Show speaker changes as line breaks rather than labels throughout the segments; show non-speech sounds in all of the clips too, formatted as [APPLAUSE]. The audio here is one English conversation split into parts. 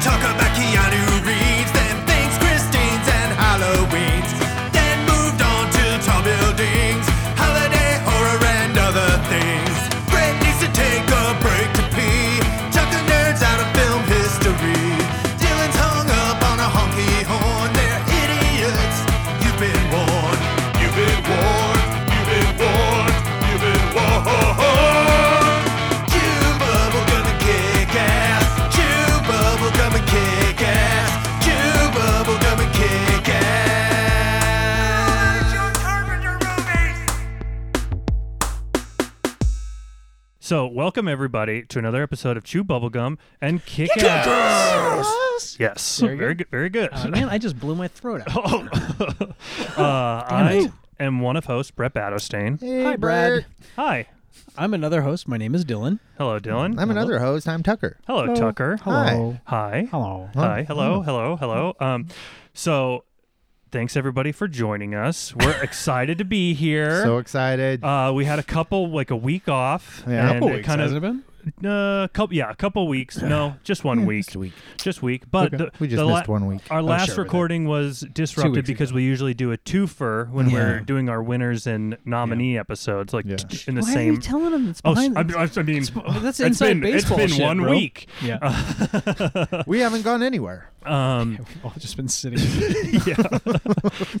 talk about Keanu Reeves, then things, Christine's and Halloween's, then moved on to tall buildings, holiday horror and other things. Brett needs to take a break to pee, chuck the nerds out of film history. Dylan's hung up on a honky horn, they're idiots. You've been warned, you've been warned, you've been warned, you've been warned. Chew bubblegum and kick ass. Chew bubblegum and kick ass. Chew bubblegum and kick ass.
So, welcome everybody to another episode of Chew Bubblegum and Kick Ass. Yes,
Very
very,
good.
good. Very good.
Uh, man, I just blew my throat out.
Oh. [LAUGHS] uh, I am one of hosts, Brett Battostain.
Hi, Brad.
Hi.
I'm another host. My name is Dylan.
Hello, Dylan.
I'm another host. I'm Tucker.
Hello, Tucker.
Hi.
Hi.
Hello.
Hi. Hello. Hello. Hello. Um, so, thanks everybody for joining us. We're excited to be here.
So excited.
[LAUGHS]
uh, we had a couple like a week off.
Yeah.
and
Couple
it kind of
been?
uh, couple yeah, a couple weeks.
[SIGHS]
No, just one week.
Just a week.
Just week. But
Okay.
the,
we just
the
missed
la-
one week. Oh,
Our last
sure, but
recording was disrupted
weeks
because we usually do a twofer when
Yeah.
we're doing our winners and nominee episodes, like
Yeah.
t- in the
Why
same.
are you telling him it's
Oh, s-
behind?
I, mean- I
[LAUGHS]
mean,
that's
it's
inside
been,
baseball
It's been
shit,
one
bro. [LAUGHS]
week. [LAUGHS]
yeah.
We haven't gone anywhere.
Uh,
Um,
We've all just been sitting.
[LAUGHS] yeah,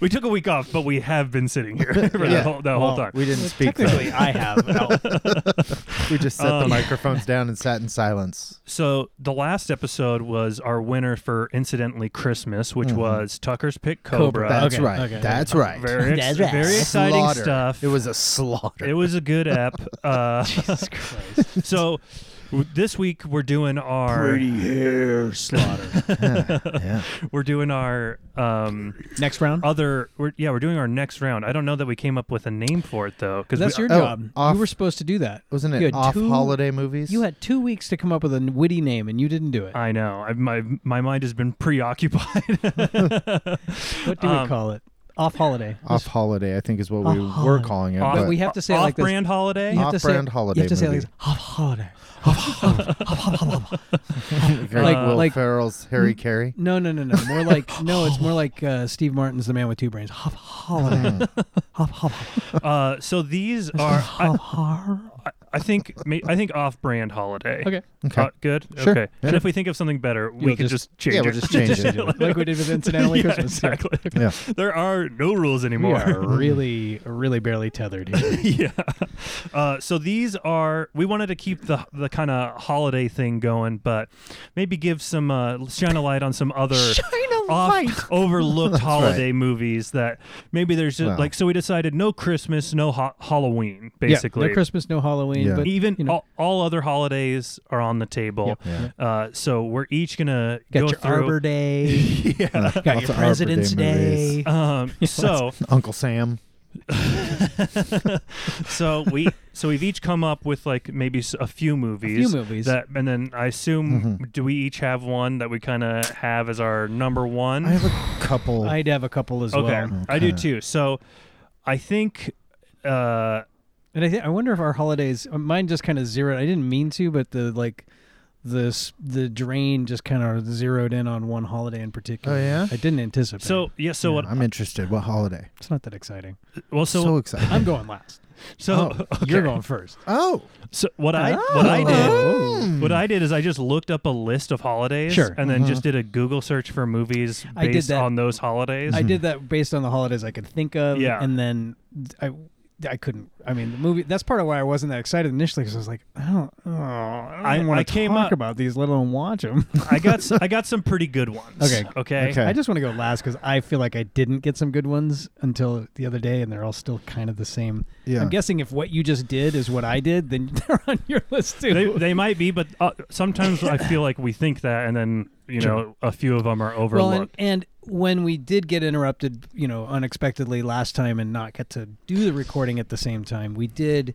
we took a week off, but we have been sitting here [LAUGHS] for
Yeah.
the whole, the
Well,
whole time.
We didn't speak. though.
Technically, I have. Oh,
[LAUGHS] We just set the
Um,
microphones down and sat in silence.
So the last episode was our winner for incidentally Christmas, which was Tucker's pick Cobra.
Mm-hmm. Cobra. Uh,
That's
okay,
right.
okay.
That's right. [LAUGHS]
Very, ex-
That's right.
very exciting
Slaughter.
stuff.
It was a slaughter.
It was a good
[LAUGHS]
ep. Uh,
Jesus Christ.
so w- this week we're doing our
hair slaughter.
yeah.
we're doing our um,
Next round.
other we're, yeah we're doing our next round. I don't know that we came up with a name for it though because
That's your
oh,
job.
off-
you were supposed to do that.
Wasn't
You
it
had
off
two-
holiday movies?
You had two weeks to come up with a witty name, and you didn't do it.
I know I, my my mind has been preoccupied.
what do
Um,
we call it? Off holiday.
off holiday, I think is what we
Off
were
holiday.
calling it.
[LAUGHS] Off-
but
Uh-huh. we have to say it like this.
off-brand holiday.
You have to say-
Off-brand holiday
You have to say it like
movie.
this. Off holiday.
like
like-
Will
like-
Ferrell's Harry Carey.
No, no, no, no.
[LAUGHS]
More like no. It's more like uh, Steve Martin's The Man with Two Brains. Hop,
Hmm.
holiday. hop, hop, hop,
Uh, so these are I,
hop, hop.
I- I think ma- I think off-brand holiday.
Okay.
Okay.
Uh, good.
Sure.
Okay. And
Yeah.
if we think of something better,
You'll
we can
just-
just, change
yeah,
it.
we'll just change it.
[LAUGHS] like we did with
[LAUGHS]
Incidentally
Yeah,
Christmas. Yeah.
exactly.
Yeah.
There are no rules
We
anymore.
are really, really barely tethered here.
[LAUGHS] yeah. Uh, so these are we wanted to keep the the kind of holiday thing going, but maybe give some uh, [LAUGHS] shine a light on some
[LAUGHS]
other off,
[LAUGHS]
overlooked holiday movies that maybe there's just,
Well.
like so we decided no Christmas, no ho- Halloween,
Yeah,
basically.
no Christmas, no Halloween,
Yeah.
but
Even
you know,
all, all other holidays are on the table.
Yeah.
Uh, so we're each gonna
got
go
your
through.
Arbor Day, yeah, [LAUGHS] got
Lots of Arbor
your
Day
President's Day.
[LAUGHS]
movies.
Um, so
Uncle Sam.
so we so we've each come up with like maybe s- a few movies.
movies.
that, and then I assume do we each have one that we kind of have as our number one?
I have a couple.
I'd have a couple as
okay,
well,
I do too. So I think. Uh,
and I think I wonder if our holidays, uh, mine just kind of zeroed. I didn't mean to, but the like, the s- the drain just kind of zeroed in on one holiday in particular.
Oh, yeah?
I didn't anticipate.
so yeah, so what?
I'm interested. What holiday?
it's not that exciting.
Well,
So,
so
excited.
I'm going last.
so okay.
You're going first.
oh.
[LAUGHS] So what I what
[LAUGHS]
I did.
Mm.
What I did is I just looked up a list of holidays
Sure. Uh-huh.
and then just did a Google search for movies
I did
based
that.
on those holidays.
I did that based on the holidays I could think of.
Mm-hmm. Yeah.
And then I, I couldn't. I mean, the movie. That's part of why I wasn't that excited initially because I was like, I don't, oh, I
I-
don't want
I
to
came
talk
up-
about these, let alone watch them.
[LAUGHS] [LAUGHS] I got s- I got some pretty good ones.
Okay.
Okay.
Okay.
[LAUGHS] I just want to go last because I feel like I didn't get some good ones until the other day, and they're all still kind of the same.
Yeah.
I'm guessing if what you just did is what I did, then [LAUGHS] they're on your list too.
They, they might be, but uh, sometimes I feel like we think that, and then you know a few of them are
well,
overlooked.
and, and when we did get interrupted, you know, unexpectedly last time and not get to do the recording at the same time, we did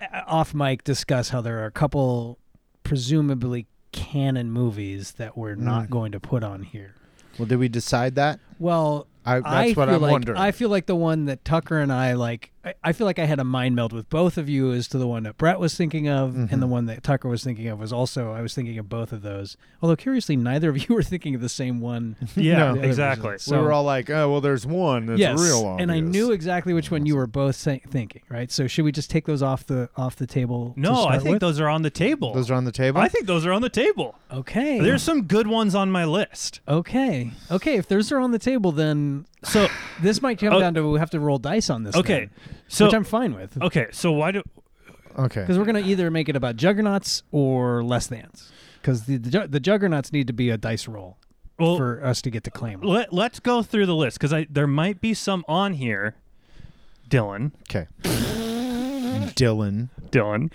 uh, off mic discuss how there are a couple presumably canon movies that we're not going to put on here.
Well, did we decide that?
Well,
I- that's
I
what
feel
I'm
like,
wondering.
I feel like the one that Tucker and I like I, I feel like I had a mind meld with both of you as to the one that Brett was thinking of
Mm-hmm.
and the one that Tucker was thinking of was also I was thinking of both of those. Although curiously, neither of [LAUGHS] you were thinking of the
[LAUGHS]
same one.
Yeah,
No.
exactly.
So-
we were all like, oh, well, there's one that's
yes,
real obvious.
and I knew exactly which one you were both say- thinking. Right, so should we just take those off the off the table? to
No, I
start
think
with?
those are on the table.
Those are on the table?
I think those are on the table.
Okay,
There's some good ones on my list.
okay, okay. If those are on the table, then
[SIGHS] So
this might come
Oh.
down to we have to roll dice on this.
okay,
then,
so
which I'm fine with.
okay, so why do
okay.
Because we're gonna either make it about juggernauts or less than's. Because the, the ju- the juggernauts need to be a dice roll
well
for us to get to claim. them.
let let's go through the list because I there might be some on here. Dylan,
Okay. Dylan.
Dylan,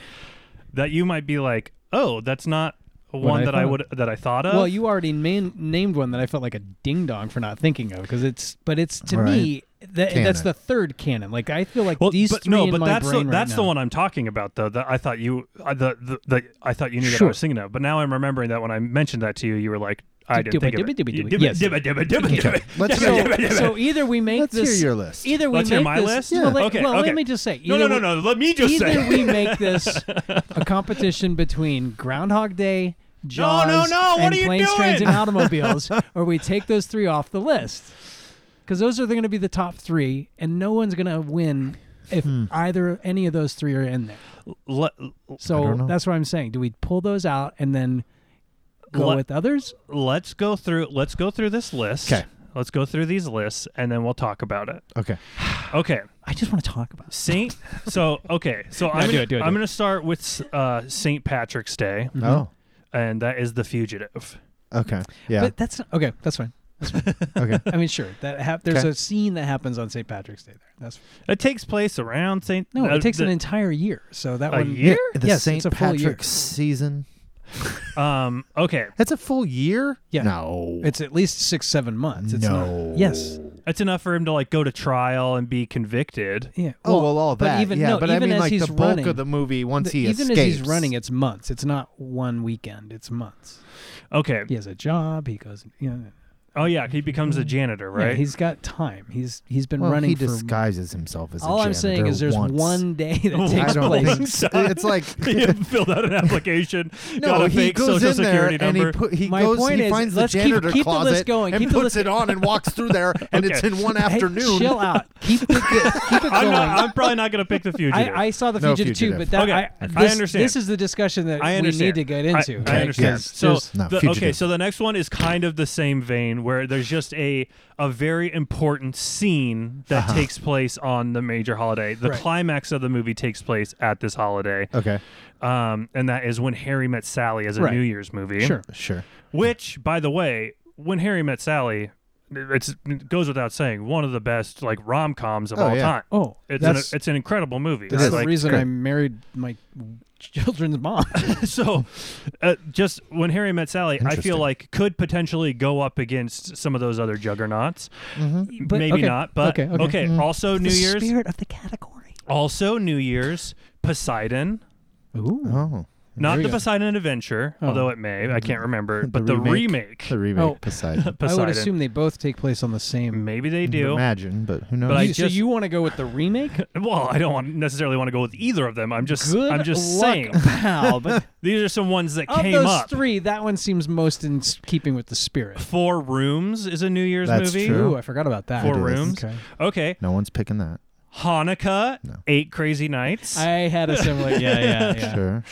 that you might be like, oh, that's not one
I
that I
thought.
would that I thought of.
Well, you already man- named one that I felt like a ding dong for not thinking of. Because it's but it's to
Right.
me that that's
Canon.
the third canon. Like I feel like
Well,
these
but
three
no,
in
but
my
that's the,
brain right
that's the
now-
one I'm talking about though. That I thought you uh, the, the the I thought you knew that I
Sure.
was singing of, but now I'm remembering that when I mentioned that to you, you were like, I didn't think
Dibba,
of
dibba,
it.
dibba,
You
dibba.
dibba,
Yes.
dibba, dibba, dibba,
Okay.
dibba.
[LAUGHS]
[LAUGHS]
Let's
Dibba,
hear-
dibba, dibba.
So either we make
Let's
this
hear your list.
Either we
Let's hear
make
my
this.
list?
Well, let,
Okay,
well,
okay.
let me just say.
no, no,
either
no,
we-
no. Let me just
either
say. [LAUGHS]
we make this a competition between Groundhog Day, Jaws,
no, no, what
and
are you
Planes, Trains,
doing? [LAUGHS]
and Automobiles, or we take those three off the list. Because those are going to be the top three, and no one's going to win if
Hmm.
either any of those three are in there.
Let,
I don't
So
know.
that's what I'm saying. Do we pull those out and then go
Let-
with others?
let's go through. Let's go through this list.
'Kay.
Let's go through these lists and then we'll talk about it.
Okay.
Okay.
I just want to talk about. It.
Saint. so okay. So
[LAUGHS]
I'm
do
gonna,
it, do it, do
I'm
it.
going to start with uh, Saint Patrick's Day,
Mm-hmm.
Oh.
and that is the fugitive.
Okay. Yeah.
But that's not, okay. That's fine. [LAUGHS]
okay.
I mean, sure. That hap- there's
Okay.
a scene that happens on St. Patrick's Day. There. That's
It takes place around Saint.
no.
uh,
it takes
the-
an entire year. So that
A
one
year?
The
yes,
St.
it's a full
Patrick's
year.
season.
Um. Okay.
That's a full year?
Yeah.
No.
It's at least six, seven months. It's
no.
Not, yes.
That's enough for him to like go to trial and be convicted.
Yeah.
Oh well, all
but
that.
Even,
yeah,
no,
but
even
I mean,
as
like
he's
the bulk
running,
of the movie. Once
the-
he
even
escapes,
as he's running, it's months. It's not one weekend. It's months.
Okay.
He has a job. He goes. You know,
Oh yeah, he becomes a janitor,
yeah,
right?
he's got time. He's he's been
well,
running
he
for.
disguises himself as.
all
a
I'm saying
janitor
is there's
once.
one day
[LAUGHS]
that
I
takes
don't
place.
think so. It's
[LAUGHS]
like
[LAUGHS] he filled out an application, got
no,
a
he
fake
goes
social
in there
security
and
number.
he put, he
My
goes
point
he
is,
finds the
let's keep-
janitor
keep the list
closet
going,
and
keep the
puts
list-
it on
[LAUGHS]
and walks through there and it's
Okay.
in one
Hey,
afternoon.
chill out. Keep it, keep it
[LAUGHS]
going.
I'm, not, I'm probably not going to pick the fugitive.
[LAUGHS] I, I saw the
No
fugitive, too,
fugitive.
but that
Okay.
I,
Okay.
this,
I understand.
This is the discussion that
I
we
understand.
need to get into.
I, I
okay?
understand.
Yes.
So
There's-
No,
the- okay,
fugitive.
so the next one is kind of the same vein where there's just a a very important scene that
Uh-huh.
takes place on the major holiday. The
Right.
climax of the movie takes place at this holiday,
Okay,
um, and that is when Harry met Sally as a
Right.
New Year's movie.
Sure.
sure.
Which, by the way, when Harry met Sally, it's, it goes without saying one of the best like rom coms of
Oh,
all
yeah.
time.
Oh,
It's an,
that's,
it's an incredible movie.
that's
is
the
Like,
reason
great.
I married my [LAUGHS] children's mom.
[LAUGHS] so uh, just when Harry met Sally, I feel
Interesting.
like could potentially go up against some of those other juggernauts.
Mm-hmm.
But-
Maybe
okay.
not, but
Okay,
okay.
okay.
Also New Year's,
of the category.
also New Year's, Poseidon.
Ooh.
[LAUGHS] Oh,
Not
you
the
go.
Poseidon Adventure,
Oh.
although it may. I can't remember. but the remake,
the remake,
Oh. [LAUGHS]
Poseidon.
I
Poseidon.
would assume they both take place on the same.
maybe they do.
Imagine, but who knows?
But I
You-
just-
so you want to go with the remake?
[LAUGHS] Well, I don't want, necessarily want to go with either of them. I'm just
Good
I'm just
luck,
saying
pal. But
these are some ones that
[LAUGHS] of
came
those
up.
three, that one seems most in s- keeping with the spirit.
Four Rooms is a New Year's
That's
movie.
true.
Ooh, I forgot about that.
Four
It is.
Rooms. [LAUGHS]
Okay.
Okay.
no one's picking that.
Hanukkah,
No.
Eight Crazy Nights. I,
I had a similar. Yeah, yeah, [LAUGHS] yeah.
Sure,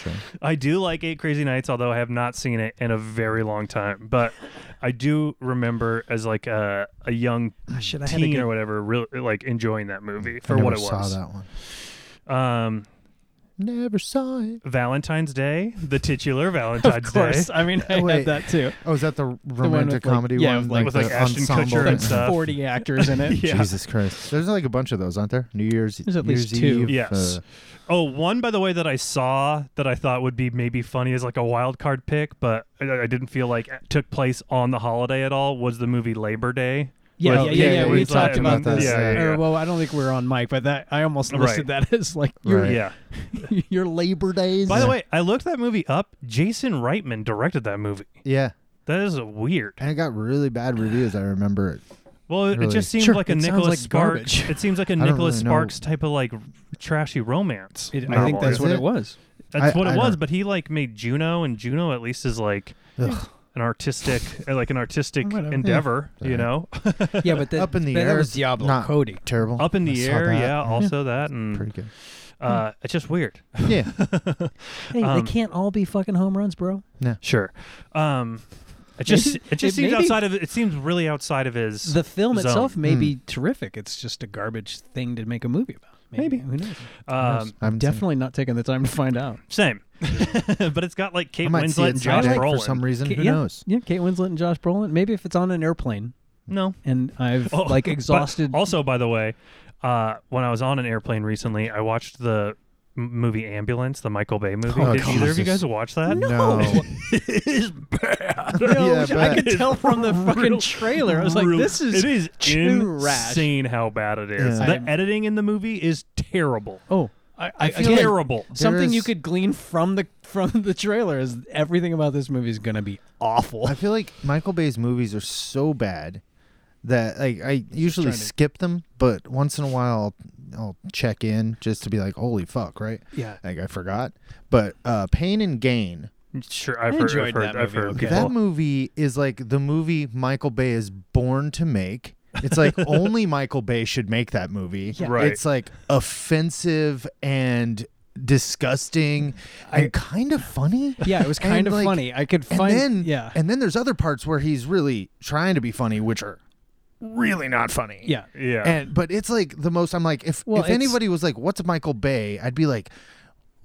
sure.
do like Eight Crazy Nights, although I have not seen it in a very long time. But I do remember as like a, a young
[SIGHS] Should I had to
teen
get- [LAUGHS]
or whatever, real, like enjoying that movie for
I
what
never
it
saw
was.
that one.
Um,
Never saw it.
Valentine's Day, the
[LAUGHS]
titular Valentine's
Of course.
Day.
I mean, I
Wait.
had that too.
Oh, is that the
with,
romantic
like-
comedy
yeah,
one?
with, like-
With, like,
the
Ashton
ensemble
Kutcher and
thing?
Like
stuff.
40 actors in it.
[LAUGHS] Yeah.
Jesus Christ. There's like a bunch of those, aren't there? New Year's
There's at
New
least
Year's
two.
Eve,
Yes.
uh,
Oh, one by the way that I saw that I thought would be maybe funny as like a wild card pick, but I, I didn't feel like it took place on the holiday at all was the movie Labor Day.
Yeah,
Well,
yeah, yeah,
yeah,
yeah.
yeah,
We
we
talked
talked
about
about
this.
this, yeah,
yeah,
Or,
yeah.
well, I don't think we were on mic, but that I almost listed that [LAUGHS] as like your
Right.
Yeah.
your Labor Days.
By the way, I looked that movie up. Jason Reitman directed that movie.
yeah.
That is a weird.
And it got really bad reviews. I remember it.
Well, it, it
Really.
just seems
Sure,
like a
it sounds
Nicholas
like
Sparks.
garbage.
It
[LAUGHS]
seems like a
don't
Nicholas
really know.
Sparks type of like trashy romance.
It, I
novel.
think that's
Is
what
it?
[LAUGHS]
it was.
That's
I-
what it
I
was.
don't-
But he like made Juno, and Juno at least is like
Ugh.
an
[LAUGHS]
artistic, uh, like an artistic
Whatever.
endeavor. You know, [LAUGHS]
Yeah, but that,
Up in the
but
air.
That was
is
Diablo
not
Cody.
Terrible.
up in
I
the
saw
air.
that.
Yeah, also that, and
Pretty
[LAUGHS]
good.
uh, it's just weird.
Yeah.
Hey,
Um,
they can't all be fucking home runs, bro.
Sure. Um,
[LAUGHS]
it just it just
it
seems
maybe-
outside of it seems really outside of his.
The film
Zone.
itself may be terrific. It's just a garbage thing to make a movie about. Maybe,
Maybe.
who knows?
um,
I'm
Definitely not taking the time to find out.
same, [LAUGHS] but it's got like
I
Kate
might see
Winslet
it
and Josh
someday
Brolin.
for some reason.
K-
Who
yeah,
knows?
Yeah, Kate Winslet and Josh Brolin. Maybe if it's on an airplane
no,
and
[LAUGHS]
I've
Oh,
like
but
exhausted. [LAUGHS]
Also, by the way, uh, when I was on an airplane recently, I watched the m- movie Ambulance, the Michael Bay movie.
Oh,
Did either of you
Jesus.
guys watch that?
No.
[LAUGHS] it is
[LAUGHS]
bad. [LAUGHS]
No,
Yeah,
I
but-
could tell from the fucking
Real-
trailer. I was like,
real-
this is.
it is
trash.
insane how bad it is.
Yeah.
The
I'm-
editing in the movie is terrible.
Oh, I, I,
It's
again,
terrible.
Something you
is-
could glean from the from the trailer is everything about this movie is gonna be
[LAUGHS]
awful.
I feel like Michael Bay's movies are so bad that like I usually
trying to-
skip them, but once in a while I'll, I'll check in just to be like, "Holy fuck!" Right?
Yeah.
Like I forgot. But uh, Pain and Gain.
Sure, I've heard,
I
I've
enjoyed
heard,
that
I've heard
movie.
people.
That movie is like the movie Michael Bay is born to make. It's like only Michael Bay should make that movie.
Yeah.
Right.
It's like offensive and disgusting and kind of funny.
Yeah, it was
And,
kind of
like,
funny. I could
And
find.
then
yeah,
and then there's other parts where he's really trying to be funny, which are really not funny.
yeah.
yeah,
And but it's like the most I'm like if
Well,
if
it's-
anybody was like, What's Michael Bay? I'd be like,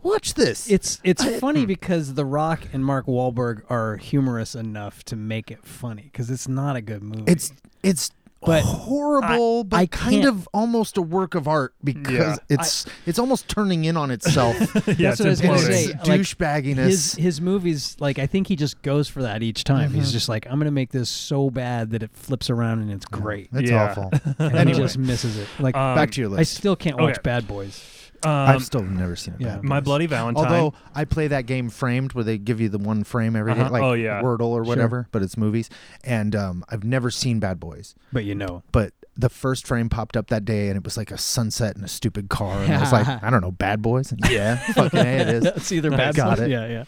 Watch this.
It's it's
Hmm.
funny because The Rock and Mark Wahlberg are humorous enough to make it funny because it's not a good movie.
it's it's
But
horrible, but
I
kind
can't-
of almost a work of art because
Yeah.
it's it's almost turning in on itself.
yeah,
[LAUGHS]
it's
that's what [LAUGHS] I was gonna
imploding.
say.
It's
like,
douchebagginess.
his his movies like I think he just goes for that each time.
Mm-hmm.
He's just like I'm gonna make this so bad that it flips around and
[LAUGHS]
it's great.
It's
Yeah.
awful.
And
anyway,
he just misses it. Like
Um,
back to your
Um, I
list.
still can't watch
okay.
Bad Boys.
Um,
I've still never seen it.
yeah.
Bad
my
Boys.
bloody Valentine.
Although I play that game framed, where they give you the one frame every day,
Uh-huh.
like
Oh, yeah.
Wordle or whatever, but it's movies. And um, I've never seen Bad Boys,
But
[LAUGHS]
you know,
but the first frame popped up that day, and it was like a sunset and a stupid car, and I
[LAUGHS]
was like, I don't know, Bad Boys. And yeah, fucking a, it is.
it's either
I
Bad
got
Boys.
it.
Yeah,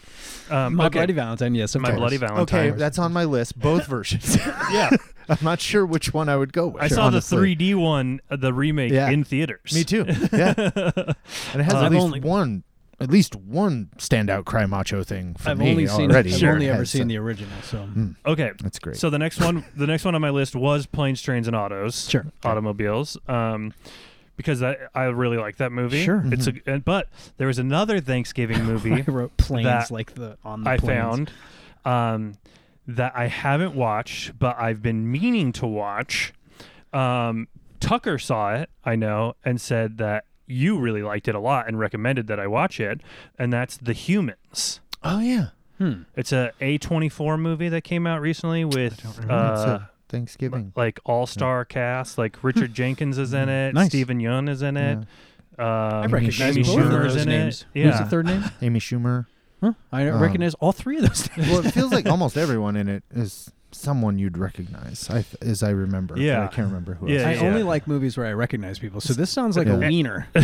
yeah.
um,
My
okay.
Bloody Valentine. Yes, of
My
course.
Bloody
Okay,
Valentine.
that's on my list. Both versions. [LAUGHS]
yeah.
I'm not sure which one I would go with.
I saw the
honestly.
3D one, uh, the remake
Yeah.
in theaters.
Me too.
[LAUGHS]
Yeah, and it has
I've
at least
only-
one, at least one standout cry macho thing for
I've
me
only seen.
already.
I've
Sure.
only ever
Has,
seen
uh,
the original. So
Okay.
That's great.
So the next one, the next one on my list was Planes, Trains, and Autos.
Sure.
Automobiles. Um, because I, I really like that movie.
Sure.
It's
Mm-hmm.
a, and, but there was another
[LAUGHS]
Thanksgiving movie
I wrote planes
that
like the on the
I
planes.
found um, that I haven't watched, but I've been meaning to watch. Um, Tucker saw it, I know, and said that you really liked it a lot and recommended that I watch it, and that's The Humans.
oh yeah,
Hmm.
It's a A24 movie that came out recently with
It's
uh,
a Thanksgiving.
like all-star cast. Like Richard Jenkins is in it,
Mm. Nice.
Stephen Yeun is in it. Um,
recognize
Amy
both of
Schumer is
those
in
names.
it.
Who's
Yeah.
the third [LAUGHS] name?
Amy Schumer.
Huh? I
Um,
recognize all three of [LAUGHS] those names.
Well, it feels like almost everyone in it is someone you'd recognize. I th- as I remember. but
Yeah.
I can't remember who.
Yeah,
else.
I
yeah.
only like movies where I recognize people. So this sounds like a
Yeah.
[LAUGHS]
wiener.
[LAUGHS]
[LAUGHS]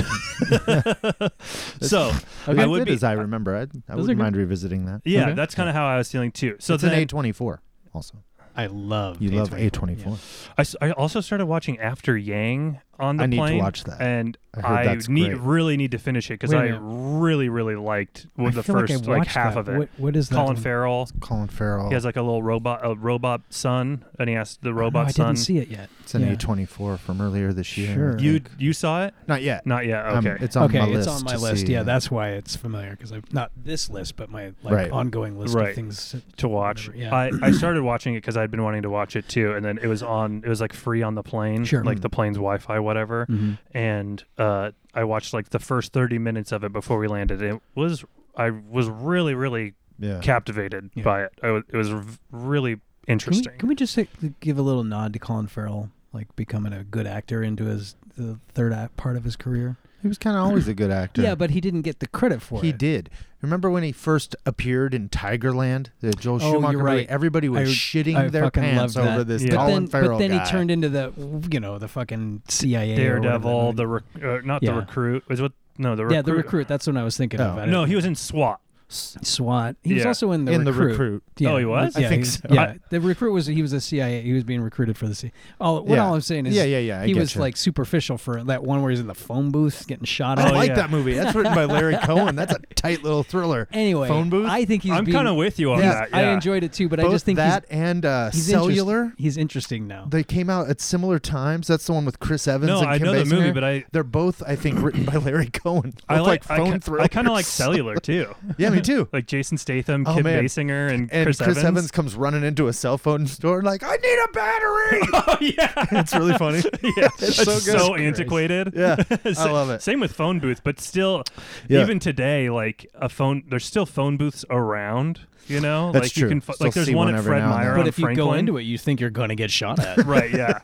so
Okay,
I would
good
be.
as I remember. I'd, I
Those are
wouldn't
good.
mind revisiting that.
yeah,
Okay.
that's kind of how I was feeling too. So
it's
then
an A24. Also,
I love
you love A24.
I, s- I also started watching After Yang on the
I need to
plane.
watch that.
and
I heard
I,
that's
need
great.
really need to finish it because
Wait a
I
minute.
really really liked
I
well, the
feel like I
first like,
watched
half
that.
of it.
What- what is that
Colin
one?
Farrell.
Colin Farrell.
He has like a little robot, a robot son, and he has the
No,
robot
Oh, I
son.
didn't see it yet.
it's an
Yeah.
A24 from earlier this year.
Sure.
I
You
think.
you saw it?
not yet.
Not yet.
Um,
Okay.
it's on
okay,
my
it's
list.
on my
to
list.
see.
Yeah, that's why it's familiar because I've not this list, but my like
Right.
ongoing list
Right.
of things
to watch.
whatever, Yeah.
I, I started watching it because I'd been wanting to watch it too, and then it was on. It was like free on the plane,
Sure. Mm.
like the plane's Wi-Fi, whatever.
Mm-hmm.
And uh, I watched like the first thirty minutes of it before we landed. It was I was really really
Yeah.
captivated
Uh-huh. Yeah.
by it. I was, it was r- really
can, we,
interesting.
can we just say, give a little nod to Colin Farrell, like becoming a good actor into his the third act part of his career?
He was kind of always a
[LAUGHS]
good actor.
Yeah, but he didn't get the credit for
He
it.
did. Remember when he first appeared in Tigerland, the Joel
Oh,
Schumacher
you're
movie?
right.
Everybody was
I-
shitting
I
their
fucking
pants
love that.
over this
Yeah.
But
Colin
then,
Farrell
but then
guy.
he turned into the you know the fucking CIA or
Daredevil,
whatever
the rec- uh, not
Yeah.
the recruit. Is what? No, the
movie-
recruit.
yeah the recruit. That's what I was thinking
Oh.
of. I
No,
don't-
he was in SWAT.
SWAT. He was
Yeah.
also in the
in the
recruit.
recruit.
Yeah.
Oh, he was?
Yeah,
I think
he was-
so.
yeah. the recruit was he was a CIA. He was being recruited for the CIA. All what
Yeah.
all I'm saying is
Yeah, yeah, yeah, I
he
get
was
you.
like superficial for that one where he's in the phone booth getting shot
I
at.
like
yeah.
that movie. That's written by
[LAUGHS]
Larry Cohen. That's a tight little thriller.
anyway,
phone booth.
I think he's.
I'm
being-
kind of with you on
Yeah,
that.
I
yeah.
enjoyed it too, but
Both
I just think
that and uh,
he's he's interest-
Cellular.
he's interesting now.
They came out at similar times. That's the one with Chris Evans.
No,
and
I
Kim
know the movie,
Basinger.
but I-
they're both I think written by [LAUGHS] Larry Cohen.
I
Both,
like, I
phone
ki-
thrillers.
I kind of like Cellular
[LAUGHS]
too.
Yeah, me too.
Like Jason Statham,
Oh,
Kim
man.
Basinger, and,
and
Chris, Evans.
comes running into a cell phone store like, I need a
[LAUGHS]
battery.
[LAUGHS] oh yeah.
[LAUGHS] it's really funny.
Yeah, it's
so
so,
good. Christ.
antiquated. [LAUGHS]
Yeah, I
Sa-
love it.
Same with phone booths, but still,
Yeah.
even today, like a phone, there's still phone booths around. You know,
That's
like
true.
you can, fi-
Still
like there's
see
one
one
at
every
Fred
now and
Meyer
then.
on
but if
Franklin.
you go into it, you think you're going to get shot at.
right? Yeah,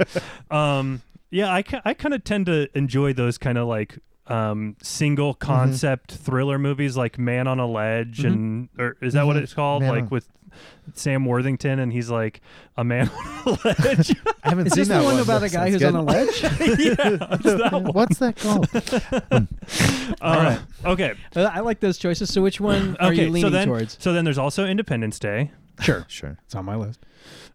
um, yeah. I, ki- I kind of tend to enjoy those kind of like um single
Mm-hmm.
concept thriller movies like man on a ledge and or is that what
Mm-hmm.
Mhm.
it's called
Man
like
on-
with sam worthington and he's like a man
[LAUGHS]
on a ledge [LAUGHS]
I haven't
Is
seen
this
that
the one
one
about a
That's-
guy
that's
who's
good.
on a ledge?
yeah, it's [LAUGHS] that one.
What's that called?
All right. Um, okay
[LAUGHS] Uh, I like those choices. So which [LAUGHS] one are you leaning
so then,
towards?
So then there's also Independence Day.
Sure,
[LAUGHS] sure.
it's on my list.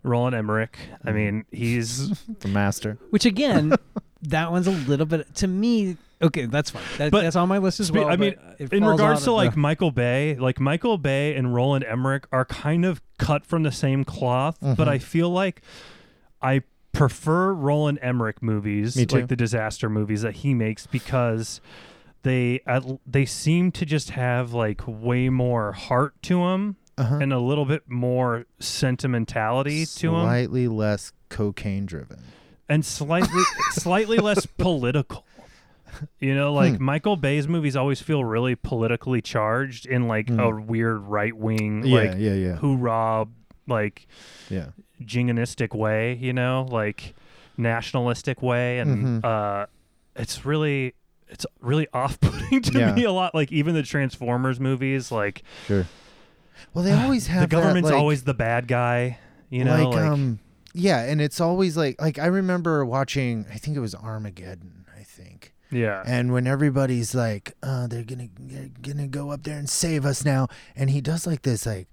Roland Emmerich.
Mm-hmm.
I mean, he's
The master.
Which again, that one's a little bit to me. Okay, that's fine. That,
But
that's on my list as
Spe-
well.
I mean,
but it
in
falls
regards
out
to
of
like
the-
Michael Bay, like Michael Bay and Roland Emmerich are kind of cut from the same cloth, but
Mm-hmm.
I feel like I prefer Roland Emmerich movies,
Me too.
like the disaster movies that he makes, because they at, l- they seem to just have like way more heart to them
Uh-huh.
and a little bit more sentimentality to them.
Slightly less cocaine driven.
and slightly slightly
[LAUGHS]
less political. You know, like
Hmm.
Michael Bay's movies always feel really politically charged in like a weird right wing,
Hmm. Yeah,
like
yeah, yeah.
hoorah, like
Yeah.
jingoistic way. You know, like nationalistic way,
Mm-hmm.
and uh, it's really it's really off putting [LAUGHS] to
Yeah.
me a lot. Like even the Transformers movies, like
Sure.
[SIGHS]
Well, they always have
the government's
that, like,
always the bad guy. You know,
like, um yeah, and it's always like like I remember watching I think it was Armageddon, I think.
yeah.
And when everybody's like, uh, they're gonna they're gonna go up there and save us now, and he does like this like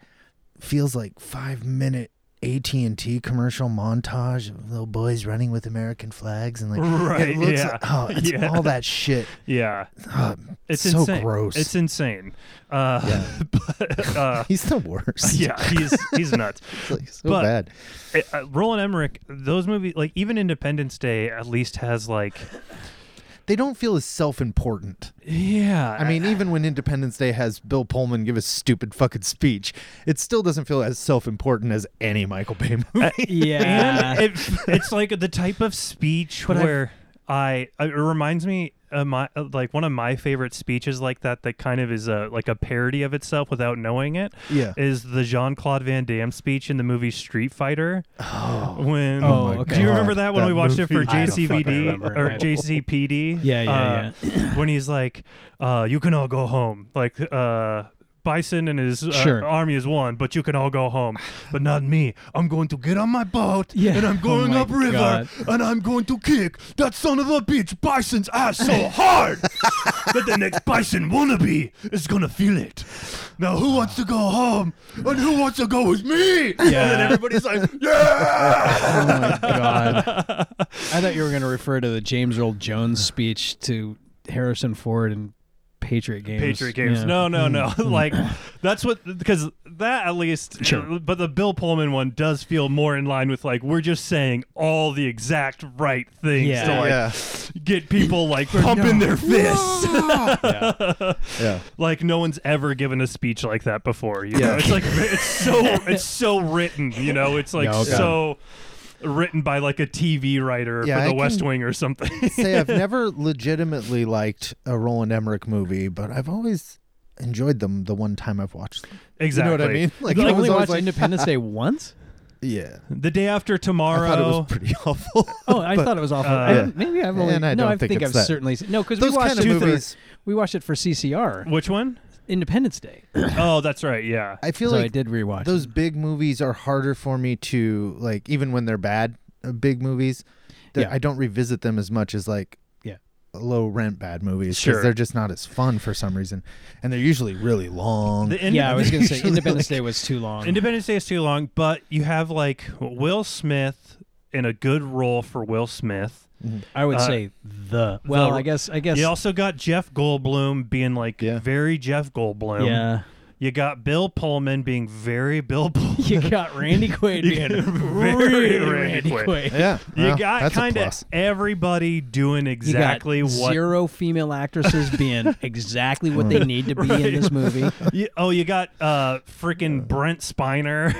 feels like five minute AT and T commercial montage of little boys running with American flags and like
[LAUGHS] Right,
it looks
yeah.
like, oh it's
Yeah.
all that shit. Oh,
Yeah, it's
so
insane.
gross.
It's insane. Uh, [LAUGHS] but uh,
[LAUGHS] He's the worst.
yeah, he's he's nuts. [LAUGHS]
It's, [LAUGHS] like, so
but-
bad.
Uh, uh, Roland Emmerich, those movies, like even Independence Day, at least has like,
They don't feel as self important.
yeah.
I mean, even when Independence Day has Bill Pullman give a stupid fucking speech, it still doesn't feel as self important as any Michael Bay [LAUGHS] movie.
[LAUGHS] yeah,
and it, it's like the type of speech
But I've-
where I, it reminds me of my of, like one of my favorite speeches like that that kind of is a like a parody of itself without knowing it.
Yeah.
is the Jean Claude Van Damme speech in the movie Street Fighter. Oh, when
Oh my
do you
God,
remember that when
that
we watched it for
movie.
I don't fucking
JCVD
remember
or
it.
JCPD?
Yeah, yeah,
uh, when he's like, uh, "You can all go home," like. uh Bison and his uh,
Sure.
army is one, but you can all go home, but not me. I'm going to get on my boat
Yeah.
and I'm
Oh
going
my
up river
[LAUGHS] God.
and I'm going to kick that son of a bitch Bison's ass
[LAUGHS]
so hard that the next Bison wannabe is gonna feel it. Now, who wants to go home and who wants to go with [LAUGHS] me? Yeah. And then everybody's like, yeah.
oh [LAUGHS] my god! I thought you were going to refer to the James Earl Jones speech to Harrison Ford and Patriot Games.
Patriot games.
Yeah. Mm.
No, no, no. [LAUGHS] like that's what because that at least. But the Bill Pullman one does feel more in line with like we're just saying all the exact right things
Yeah.
to like get people like pumping their fists. [LAUGHS]
yeah.
like no one's ever given a speech like that before. You
Yeah.
know?
[LAUGHS]
it's like it's so it's so written. You know, it's like
No, God.
so written by like a TV writer
Yeah,
for
I
The
can-
West Wing or something. [LAUGHS]
say I've never legitimately liked a Roland Emmerich movie, but I've always enjoyed them the one time I've watched them.
exactly.
You know what I mean?
You
I was
only
always
[LAUGHS] watched Independence Day once?
Yeah.
The day after
I
tomorrow.
thought it was pretty [LAUGHS] awful.
Oh, I
But
thought it was awful.
uh,
I
Yeah.
didn't- maybe I've only.
And I
no,
don't
I
think
think,
it's
I've
that.
certainely se- no because we
those
watched
kind of
it for-
movies.
we watched it for CCR
Which
[CLEARS THROAT]
one?
Independence Day,
Oh, that's right. Yeah.
I feel
so
like
I did rewatch.
those
it.
big movies are harder for me to like, even when they're bad. Uh, big movies, that
Yeah.
I don't revisit them as much as like
Yeah.
low rent bad movies because
Sure.
they're just not as fun for some reason, and they're usually really long.
The Ind-
yeah, I was gonna
[LAUGHS]
say
usually,
Independence Day was too long.
Independence Day is too long, but you have like Will Smith in a good role for Will Smith.
I would
uh,
say the. Well, I guess I guess
You also got Jeff Goldblum being like
Yeah.
very Jeff Goldblum.
yeah.
You got Bill Pullman being very Bill Pullman.
[LAUGHS] You got Randy Quaid being
Very
really
Randy
Randy
Quaid.
Quaid. [LAUGHS]
yeah,
[LAUGHS] You
well,
got
that's a
kind of
plus.
everybody doing
You got
exactly what.
zero female actresses being exactly what they need to be in this movie.
You- oh, you got uh, freaking Brent Spiner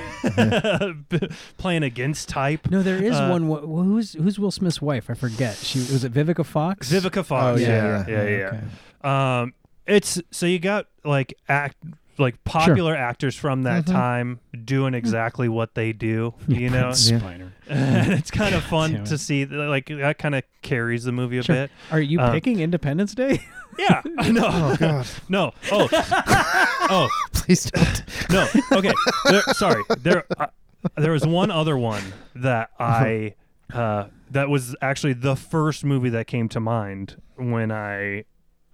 b- [LAUGHS] playing against type.
No, there is
Uh,
one. wo- well, Who's who's Will Smith's wife? I forget. She was it Vivica Fox.
Vivica Fox.
Oh,
yeah,
yeah,
yeah, yeah.
Okay.
Um, it's so you got like act like popular actors from that
Mm-hmm.
time doing
Mm.
exactly what they
[LAUGHS]
do. You know,
Brent Spiner.
[LAUGHS] it's kind
[LAUGHS]
of fun
Damn
to
it.
see. Like that kind of carries the movie a
Sure.
bit.
Are you
Uh,
picking Independence Day? [LAUGHS]
Yeah, no,
Oh God!
[LAUGHS]
[LAUGHS]
no, oh, oh,
Please don't.
[LAUGHS]
no. Okay, there, sorry. There, uh, there was one other one
[LAUGHS]
that I uh, that was actually the first movie that came to mind when I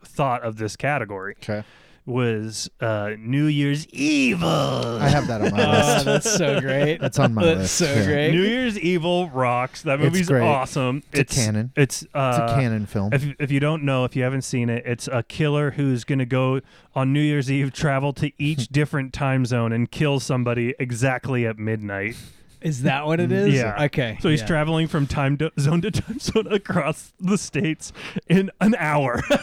thought of this category
Okay,
was uh, New Year's Evil.
I have that on
Uh,
my list.
[LAUGHS] that's so great.
That's on my
That's
list.
so
yeah.
great.
uh, New Year's Evil rocks. That
It's
movie's
great.
awesome.
It's a canon.
It's uh,
It's a canon film.
If, if you don't know, if you haven't seen it, it's a killer who's going to go on New Year's Eve, travel to
[LAUGHS]
each different time zone, and kill somebody exactly at midnight.
Is that what it is?
Mm, Yeah.
Okay.
So he's
yeah.
traveling from time do- zone to time [LAUGHS] zone across the states in an hour.
[LAUGHS]
[LAUGHS]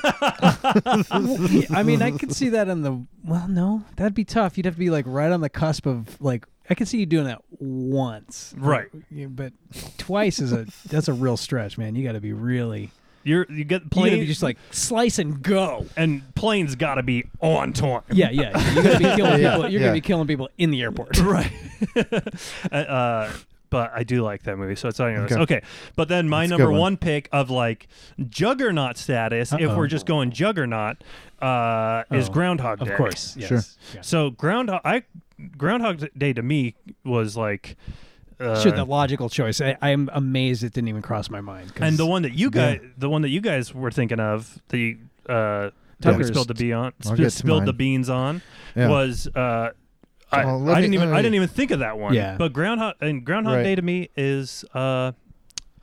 Yeah, I mean, I could see that on the. Well, no, that'd be tough. You'd have to be like right on the cusp of like. I could see you doing that once,
Right.
Yeah, But twice is a that's a real stretch, man. You got to be really.
You're you get
You got to
planes
be just like slice and go.
and planes got to be on time.
Yeah, yeah.
[LAUGHS]
You gotta be killing
Yeah,
people. You're
yeah.
gonna be killing people in the airport.
right. Uh, uh, but I do like that movie, so it's on your list.
Okay.
Okay, but then my
That's a
number
good
one.
one.
pick of like juggernaut status, if
Uh-oh.
we're just going juggernaut, uh, is
Oh,
Groundhog
Of
Day.
course. Yes.
Sure.
Yeah.
So Groundhog, I Groundhog Day to me was like, uh,
sure, the logical choice. I, I'm amazed it didn't even cross my mind. 'cause
and the one that you guys, the one that you guys were thinking of, the uh, that we
Tucker's-
spilled the bee on,
I'll get to
[LAUGHS] spilled the
mine.
beans on,
Yeah.
was. Uh, I,
Well,
I
let me-
didn't even
let
I
me-
didn't even think of that one.
Yeah.
But Groundhog and Groundhog
Right.
Day to me is uh,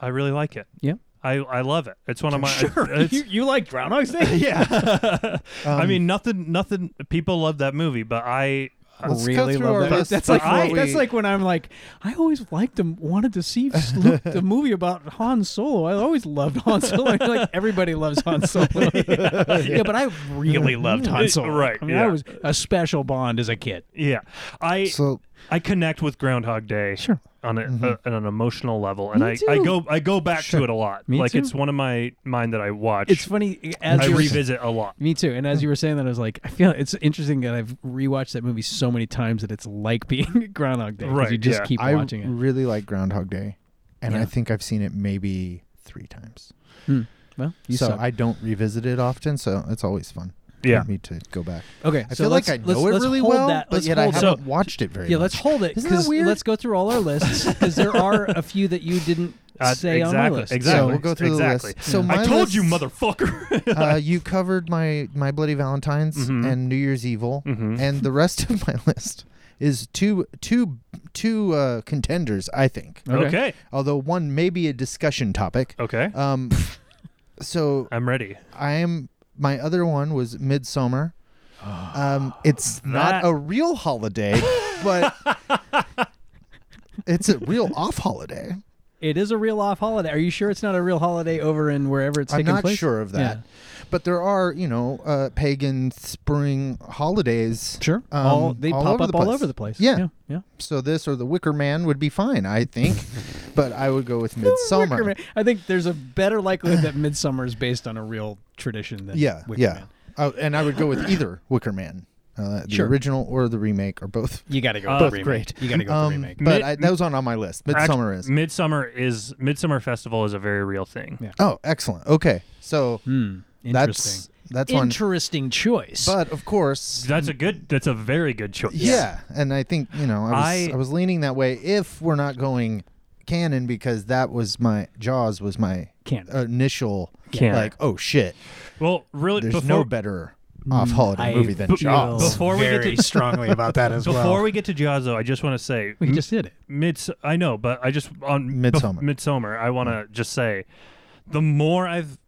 I really like it.
Yeah.
I, I love it. It's one of
[LAUGHS]
my it's-
you, you like Groundhog's
[LAUGHS]
Day?
yeah. I
Um,
mean nothing nothing people love that movie, but I
Let's go
really
through
love
our
that.
list
That's like
before
I-
that's
we-
like when I'm like, I always liked them, wanted to see s- look,
[LAUGHS]
the movie about Han Solo. I always loved Han Solo. You're like everybody loves Han Solo.
[LAUGHS]
yeah, but I really loved Han Solo.
Right,
I mean,
yeah.
I was a special bond as a kid.
yeah. I
So
I connect with Groundhog Day
Sure.
on,
Mm-hmm.
a, a- on an emotional level and
Me
I, I
too.
go I go back to it a lot.
Me
like
too.
it's one of my mine that I watch.
It's funny as
I
you were-
revisit a lot.
Me too. And
Hmm.
as you were saying that, I was like, I feel it's interesting that I've rewatched that movie so many times that it's like being [LAUGHS] Groundhog Day. 'cause
Right,
You just
yeah.
keep
I
watching it.
really like Groundhog Day, and I
Yeah.
think I've seen it maybe three times.
Well, you
so
suck.
I don't revisit it often, so it's always fun.
Yeah.
for me to go back.
okay.
I
so
feel like
let's-
I
let's-
know it
let's
really
hold
well,
that.
but
let's
yet I
hold
haven't
that.
watched it very
yeah,
much.
let's hold it
Isn't that
because
weird?
let's go through all our
[LAUGHS]
lists because there are a few that you didn't
Uh,
say
exactly,
on my list.
exactly.
So we'll go through
exactly.
the list. So
Yeah.
my
I told
list,
you motherfucker. [LAUGHS]
[LAUGHS] uh, you covered my my Bloody Valentines
Mm-hmm.
Mhm.
and New Year's Evil,
Mhm.
and the rest of my [LAUGHS] list is two two two uh, contenders, I think.
Okay.
okay.
Although one may be a discussion topic.
Okay.
Um, so
I'm ready.
I am. My other one was Midsummer. Um, it's not
That-
a real holiday,
[LAUGHS]
but it's a real off holiday.
It is a real off holiday. Are you sure it's not a real holiday over in wherever it's
I'm
taking
not
place?
sure of that,
Yeah.
but there are you know uh, pagan spring holidays.
Sure.
um,
all they
all
pop
over
up
the
all
place.
over the place.
Yeah.
Yeah. yeah.
So this or the Wicker Man would be fine, I
[LAUGHS]
think. but I would go with
Wicker
Midsummer.
Man. I think there's a better likelihood that Midsummer is based on a real tradition than
Yeah, Uh,
Wicker
yeah.
Man. [COUGHS]
Oh, and I would go with either Wicker Man. Uh, the
Sure.
original or the remake or both.
You got to go.
Uh,
with
both
the remake.
great.
You got to go
Um,
with the remake.
But
Mi-
I, that was on, on my list. Midsummer is.
Midsummer is Midsummer Festival is a very real thing.
Yeah.
Oh, excellent. Okay, so
Hmm. Interesting.
that's that's one.
interesting choice.
But of course,
That's a good. That's a very good choice.
yeah. And I think you know, I was, I,
I-
was leaning that way. If we're not going canon, because that was my Jaws was my
Canon.
initial
Canon.
like oh shit.
Well, really,
There's
before
no better off holiday
Mm, I
movie than
feel
Jaws.
Before we get
very
to-
strongly about that as
before
well.
we get to Jaws, though, I just want to say
hmm?
we just did it.
Mids. I know, but I just on
Midsummer.
Bef- Midsummer. I want to just say, the more I've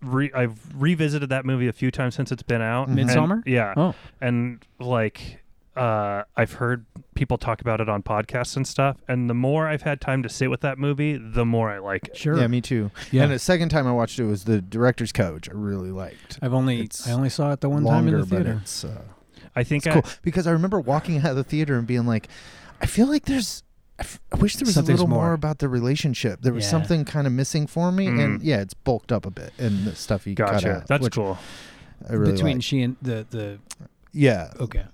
re- I've revisited that movie a few times since it's been out.
Mm-hmm.
and-
Midsummer?
yeah.
Oh.
And like, uh, I've heard people talk about it on podcasts and stuff. And the more I've had time to sit with that movie, the more I like it.
Sure.
Yeah, me too.
Yeah.
And the second time I watched it was the director's cut, which I really liked.
I've only
It's
I only saw it the one time
Longer,
in the
but
theater.
it's, uh,
I think
it's
I,
cool because I remember walking out of the theater and being like, I feel like there's. I f- I wish there was
Something's
a little more.
more.
about the relationship. There was
Yeah.
something kind of missing for me,
Mm.
and yeah, it's bulked up a bit and the stuff he cut
gotcha.
out.
That's
which
cool.
I really
Between
liked.
she and the the
yeah,
okay.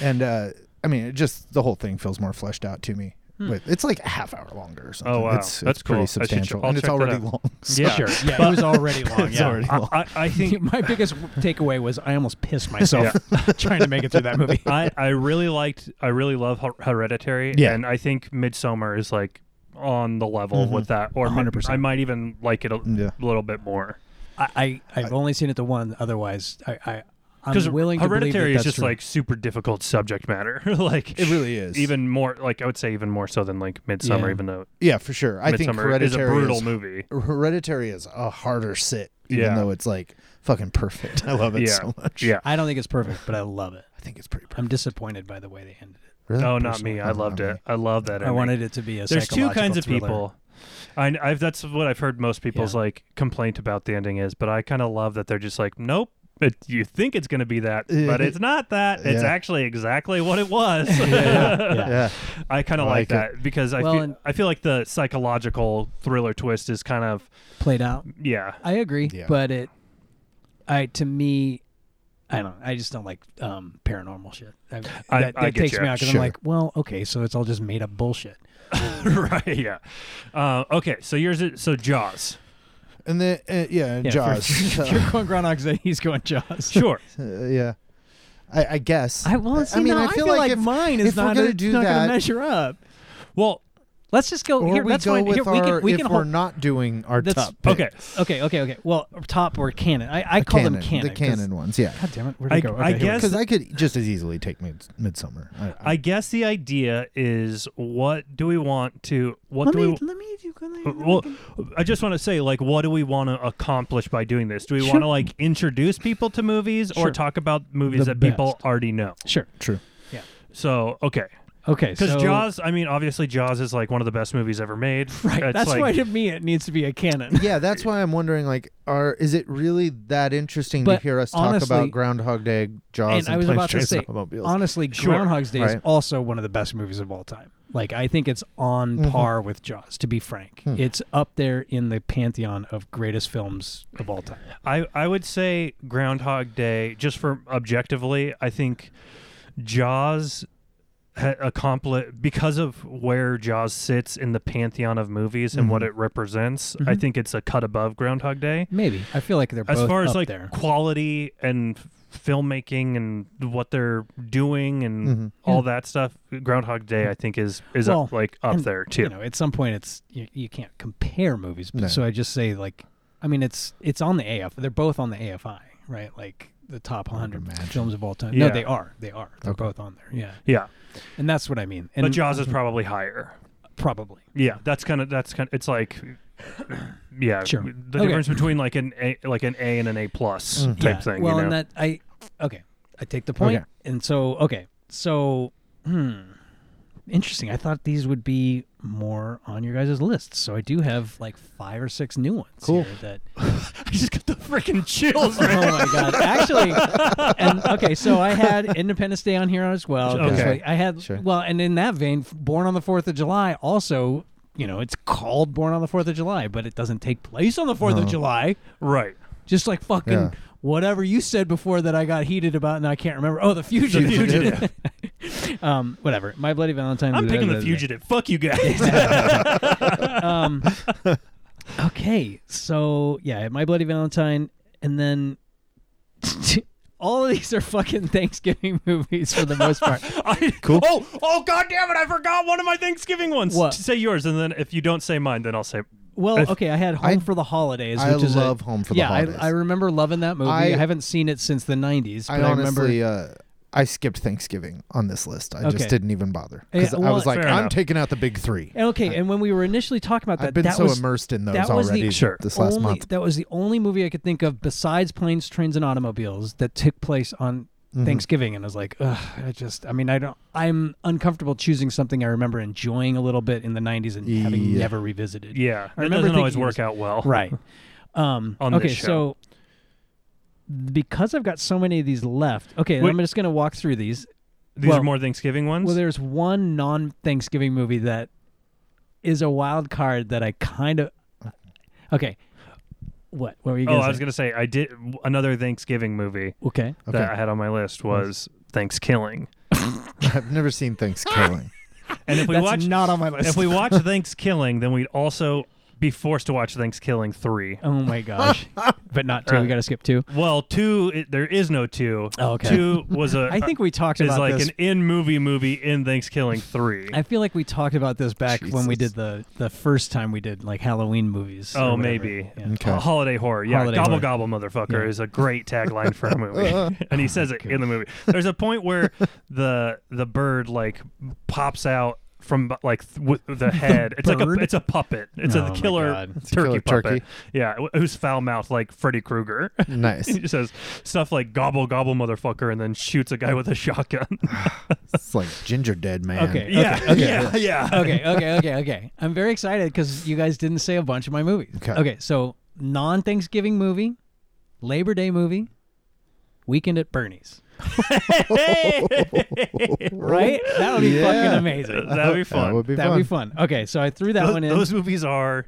and uh, I mean, it just the whole thing feels more fleshed out to me.
Hmm.
With it's like a half hour longer or something.
Oh, wow.
It's,
That's
it's pretty
cool. I should ch-
substantial,
I'll
and it's
check that
already
out.
long. [LAUGHS] So-
Yeah.
Sure. Yeah, it
[LAUGHS]
was already long.
It's
yeah.
already
I,
long.
I, I
[LAUGHS]
think
[LAUGHS] My biggest takeaway was I almost pissed
[LAUGHS]
myself [LAUGHS] trying to make it through that movie.
I, I really liked I really love Her- Hereditary
Yeah. Mm-hmm.
and I think Midsummer is like on the level with that or mi-
100%.
I might even like it a
Yeah.
little bit more
I, I I've only seen it the one. Otherwise, I, I
because
I'm willing to believe that
Hereditary is
that's
just
true.
like super difficult subject matter [LAUGHS] like
It really is.
even more like I would say even more so than like Midsummer
Yeah.
even though
Yeah, for sure. I think
Midsummer is a
Hereditary
brutal
is-
movie
Hereditary is a harder sit, even
Yeah.
though it's like fucking perfect. [LAUGHS] I love it
yeah
so much. [LAUGHS]
yeah
I don't think it's perfect, but I love it.
I think it's pretty perfect.
I'm disappointed by the way they ended it.
Really?
oh not me
Personally,
I loved
not
it
me.
I love that
I
ending.
wanted it to be a.
there's two
psychological
kinds of
thriller.
people I, I've that's what I've heard most people's
Yeah.
like complaint about the ending is, but I kind of love that they're just like, nope, it, you think it's going to be that, but it's not that. It's
Yeah.
actually exactly what it was.
[LAUGHS] Yeah.
Yeah.
[LAUGHS] I kind of
I
like,
like
that because I
Well,
feel
and-
I feel like the psychological thriller twist is kind of
played out.
yeah. [LAUGHS]
I agree,
Yeah.
but it, I to me, I don't. I just don't like um, paranormal shit. I,
I-
that
I
that
get
takes
you.
me out because
Sure.
I'm like, well, okay, so it's all just made up bullshit.
right. Yeah. Uh, okay. So yours. Is, so Jaws.
And then, uh, yeah, and
Yeah,
Jaws. [LAUGHS]
If you're, if you're going Groundhog Day, he's going Jaws. [LAUGHS]
Sure.
Uh, yeah. I, I guess.
I well, see,
mean,
no,
I feel like, if,
mine is
if we're
not
gonna
it's
do
not
that-
gonna measure up.
well.
Let's just go
or
here.
we
that's
go
fine.
with
here,
our,
we can, we
if
can
we're
hold,
not doing our
That's-
top pick.
Okay.
Okay, okay, okay. Well, top or canon. I, I
The
call
canon,
them canon.
The
'cause-
canon ones, yeah.
God damn it, where
I-
did go?
I
Okay, here we
guess-
go.
Because I could just as easily take mid- Midsummer. I,
I guess the idea is what do we want to what
Let
do we
me, let me, if you can, let me-
well i just want to say like what do we want to accomplish by doing this do we want to like introduce people to movies or
Sure.
talk about movies
The
that people
best.
already know
sure.
true.
so okay
Okay,
because
so,
jaws i mean obviously jaws is like one of the best movies ever made
[LAUGHS] Right.
It's
that's
like-
why to me it needs to be a canon.
Yeah, that's why I'm wondering. Like, are is it really that interesting to
But
hear us talk
honestly-
about Groundhog Day, Jaws, and,
[LAUGHS] and I was
Planes,
about to
Trains,
say,
and Automobiles?
honestly,
Sure.
Groundhog's Day
Right.
is also one of the best movies of all time. Like, I think it's on par with Jaws. To be frank, it's up there in the pantheon of greatest films of all time.
I, I would say groundhog day just for objectively i think jaws ha- accompli because of where jaws sits in the pantheon of movies and
Mm-hmm.
what it represents i think it's a cut above groundhog day
Maybe I feel like they're
as
both
far as
up
like
there.
quality and f- filmmaking and what they're doing and
Mm-hmm.
all that stuff groundhog day i think is is
Well,
up, like up
and,
there too
You know, at some point, it's you, you can't compare movies. But,
No.
So I just say like, I mean, it's it's on the AF. They're both on the AFI, right? Like the top 100 films of all time.
Yeah.
No, they are. They are. They're both on there. Yeah,
yeah
and that's what I mean. And mm-hmm.
but jaws is probably higher
probably.
yeah that's kind of that's kind of it's like yeah
Sure.
the
Okay. Mm.
difference between like an a like an a and an a plus type
Yeah,
thing
Well,
you know?
and that I okay, I take the point.
Okay.
And so okay, so hmm, interesting. I thought these would be more on your guys' list, so I do have like five or six new ones.
Cool.
here that
[LAUGHS] i just got the
[LAUGHS]
freaking chills
oh my god, actually, and okay, so I had Independence Day on here as well. 'cause,
Okay.
like, I had
Sure.
well, and in that vein, Born on the Fourth of July also. You know, it's called Born on the Fourth of July, but it doesn't take place on the Fourth of July
right
just like fucking
Yeah.
whatever you said before that I got heated about and I can't remember. Oh, the fugitive.
Fugitive.
[LAUGHS] um, whatever. My Bloody Valentine.
I'm
was-
picking the fugitive. Fuck you [LAUGHS]
[LAUGHS]
guys.
[LAUGHS]
um, okay, so yeah, My Bloody Valentine, and then [LAUGHS] all of these are fucking Thanksgiving [LAUGHS] movies for the most part.
cool. Oh, oh, god damn it! I forgot one of my Thanksgiving ones.
What?
Say yours, and then if you don't say mine, then I'll say.
Well,
If-
okay, I had Home
I-
for the Holidays.
I
which is a-
love Home for the
yeah,
Holidays.
I, I remember loving that movie. I,
I-
haven't seen it since the '90s. But
I
I,
honestly,
remember.
uh, I skipped Thanksgiving on this list. I
Okay.
just didn't even bother
Yeah,
because I
well,
was like,
fair
I'm
enough.
taking out the big three.
Okay, and when we were initially talking about that,
I've been
that
so
was
immersed in those
that was the-
already
Sure.
this last
only-
month. [LAUGHS]
That was the only movie I could think of besides planes, trains, and automobiles that took place on
Mm-hmm.
Thanksgiving, and I was like, Ugh, I just, I mean, I don't, I'm uncomfortable choosing something I remember enjoying a little bit in the '90s and having
Yeah.
never revisited.
Yeah,
I
it
remember
doesn't always
thinking
work
this-
out well.
[LAUGHS] right. Um,
On
okay,
this show.
so because I've got so many of these left, okay,
Wait.
I'm just gonna walk through these.
These
Well-
are more Thanksgiving ones.
Well, there's one non-Thanksgiving movie that is a wild card that I kind of, okay. What? What were you?
oh,
Gonna
I
say?
was gonna say I did another Thanksgiving movie
Okay.
Okay,
that I had on my list was Thanksgiving.
I've never seen
[LAUGHS]
Thanksgiving.
And if we
That's
watch
not on my list.
if
[LAUGHS]
we watch Thanksgiving, then we'd also be forced to watch Thanksgiving three.
Oh
[LAUGHS]
my gosh! but not two. We got to skip two.
Well, two it, there is no two.
Oh, okay.
Two was a
[LAUGHS] I think we talked
is
about
like
this.
an in movie movie in Thanksgiving three.
I feel like we talked about this back when we did
Jesus.
the the first time we did like Halloween movies. or
Oh,
whatever.
maybe.
Yeah.
Okay.
Uh, holiday horror. Yeah,
Holiday
gobble
horror.
gobble motherfucker
Yeah.
is a great tagline for a movie. and he says it in the movie. There's a point where the the bird like pops out from bu- like th- with the head. it's like
bird?
a it's a puppet. It's
Oh
a
my
killer
God.
turkey
a killer
puppet.
turkey.
Yeah, wh- who's foul mouthed like Freddy Krueger. [LAUGHS]
[LAUGHS]
nice.
he says stuff like gobble gobble motherfucker and then shoots a guy with a shotgun. [LAUGHS]
It's like ginger dead man.
Okay.
yeah,
okay,
yeah, yeah.
Okay. Okay. Okay. Okay. I'm very excited because you guys didn't say a bunch of my movies.
Okay.
Okay. So non Thanksgiving movie, Labor Day movie, Weekend at Bernie's. right? That would be fucking
Yeah.
amazing.
That'd be
that
fun.
would be
That'd
fun.
be fun. Okay, so I threw that
Those-
one in. Mm,
those movies are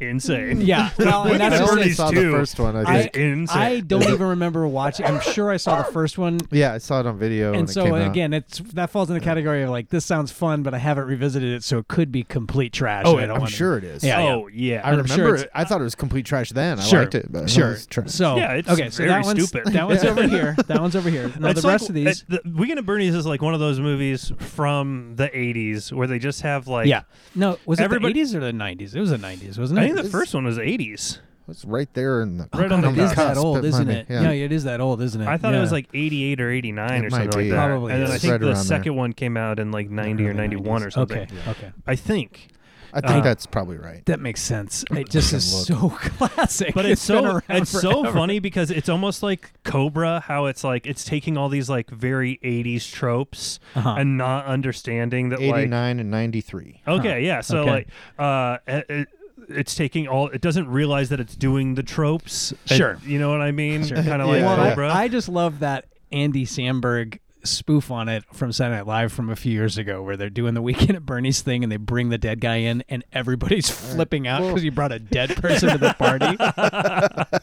insane. [LAUGHS]
yeah. Well, and
Weekend
that's
I
at
just-
only
Bernie's
saw
too.
the first one. I
I-
think.
It's insane.
I don't even remember watching. I'm sure I saw the first one,
yeah, I saw it on video. when
and
it
so
came out.
again, it's that falls in the category of like this sounds fun, but I haven't revisited it, so it could be complete trash.
Oh, I'm
and I don't
I'm
wanna-
sure it is.
Yeah.
oh yeah.
I
And I'm
remember.
sure it's-
it. I thought it was complete trash then. I
Sure.
liked it, but it
Sure.
was trash.
So
Yeah, it's
okay, so
very
that one's
stupid.
that one's [LAUGHS] over here. That one's over here. Now
It's
the
like-
rest of these,
uh, the, Weekend at Bernie's is like one of those movies from the '80s where they just have like.
yeah. No, was it the
everybody-
80s or the 90s? It was the 90s, wasn't it?
I
Mm,
think the first one was '80s.
It's right there in the
Right on the
on
It
the
is that
cusp,
old,
it
isn't
might be.
it?
Yeah.
Yeah, it is that old, isn't it?
I thought it
Yeah.
was like '88 or '89 or
It might
something like
be.
that.
Probably
And then
is.
I
It's
think
right
the
around there.
second one came out in like '90 or '91 or something.
Okay, okay,
I think.
I
Uh,
think that's probably right.
that makes sense. It just is so [LAUGHS] classic.
But it's
been
so
around
it's so
forever.
funny because it's almost like Cobra, how it's like it's taking all these like very '80s tropes
Uh-huh.
and not understanding that like
89 and 93.
Okay, yeah. So
Okay.
like, uh, it, it's taking all. It doesn't realize that it's doing the tropes. It-
Sure.
you know what I mean.
Sure.
Kind of like
Oh, Yeah,
Well,
Cobra.
I, I just love that Andy Samberg spoof on it from Saturday Night Live from a few years ago, where they're doing the Weekend at Bernie's thing and they bring the dead guy in, and everybody's flipping out because you brought a dead person to the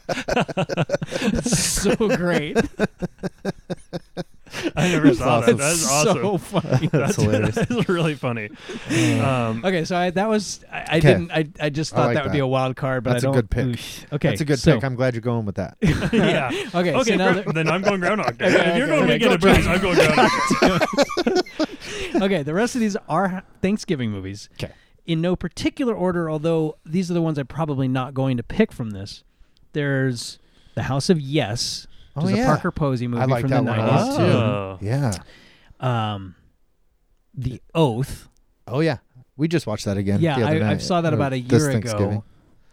[LAUGHS]
party. It's so great!
[LAUGHS] I never saw that.
awesome.
That's awesome.
so funny.
That's
[LAUGHS]
hilarious.
That's really funny.
Uh,
Um,
Okay, so I, that was I, I
'Kay.
didn't I, I just
I
thought
like
that would
that.
be a wild card, but
That's
I
a
don't.
good pick.
oof. Okay,
That's a good
so, [LAUGHS]
pick. [LAUGHS] I'm glad you're going with that.
yeah.
Okay, so
Okay.
now
gr-
that-
then I'm going Groundhog Day.
[LAUGHS] Okay,
if you're
okay,
going
okay,
Weekend
go
at Bernie's, I'm going Groundhog Day.
[LAUGHS] okay, the rest of these are Thanksgiving movies.
Okay.
In no particular order, although these are the ones I'm probably not going to pick from this. There's The House of Yes, which
Oh,
is a
yeah.
Parker Posey movie
I like
from
that
the
one a
90s,
lot,
Oh.
Yeah.
too. Um, the Oath.
Oh, yeah. We just watched that again.
Yeah,
the other
I, I
night,
saw that
or
about a
this
year
Thanksgiving.
ago.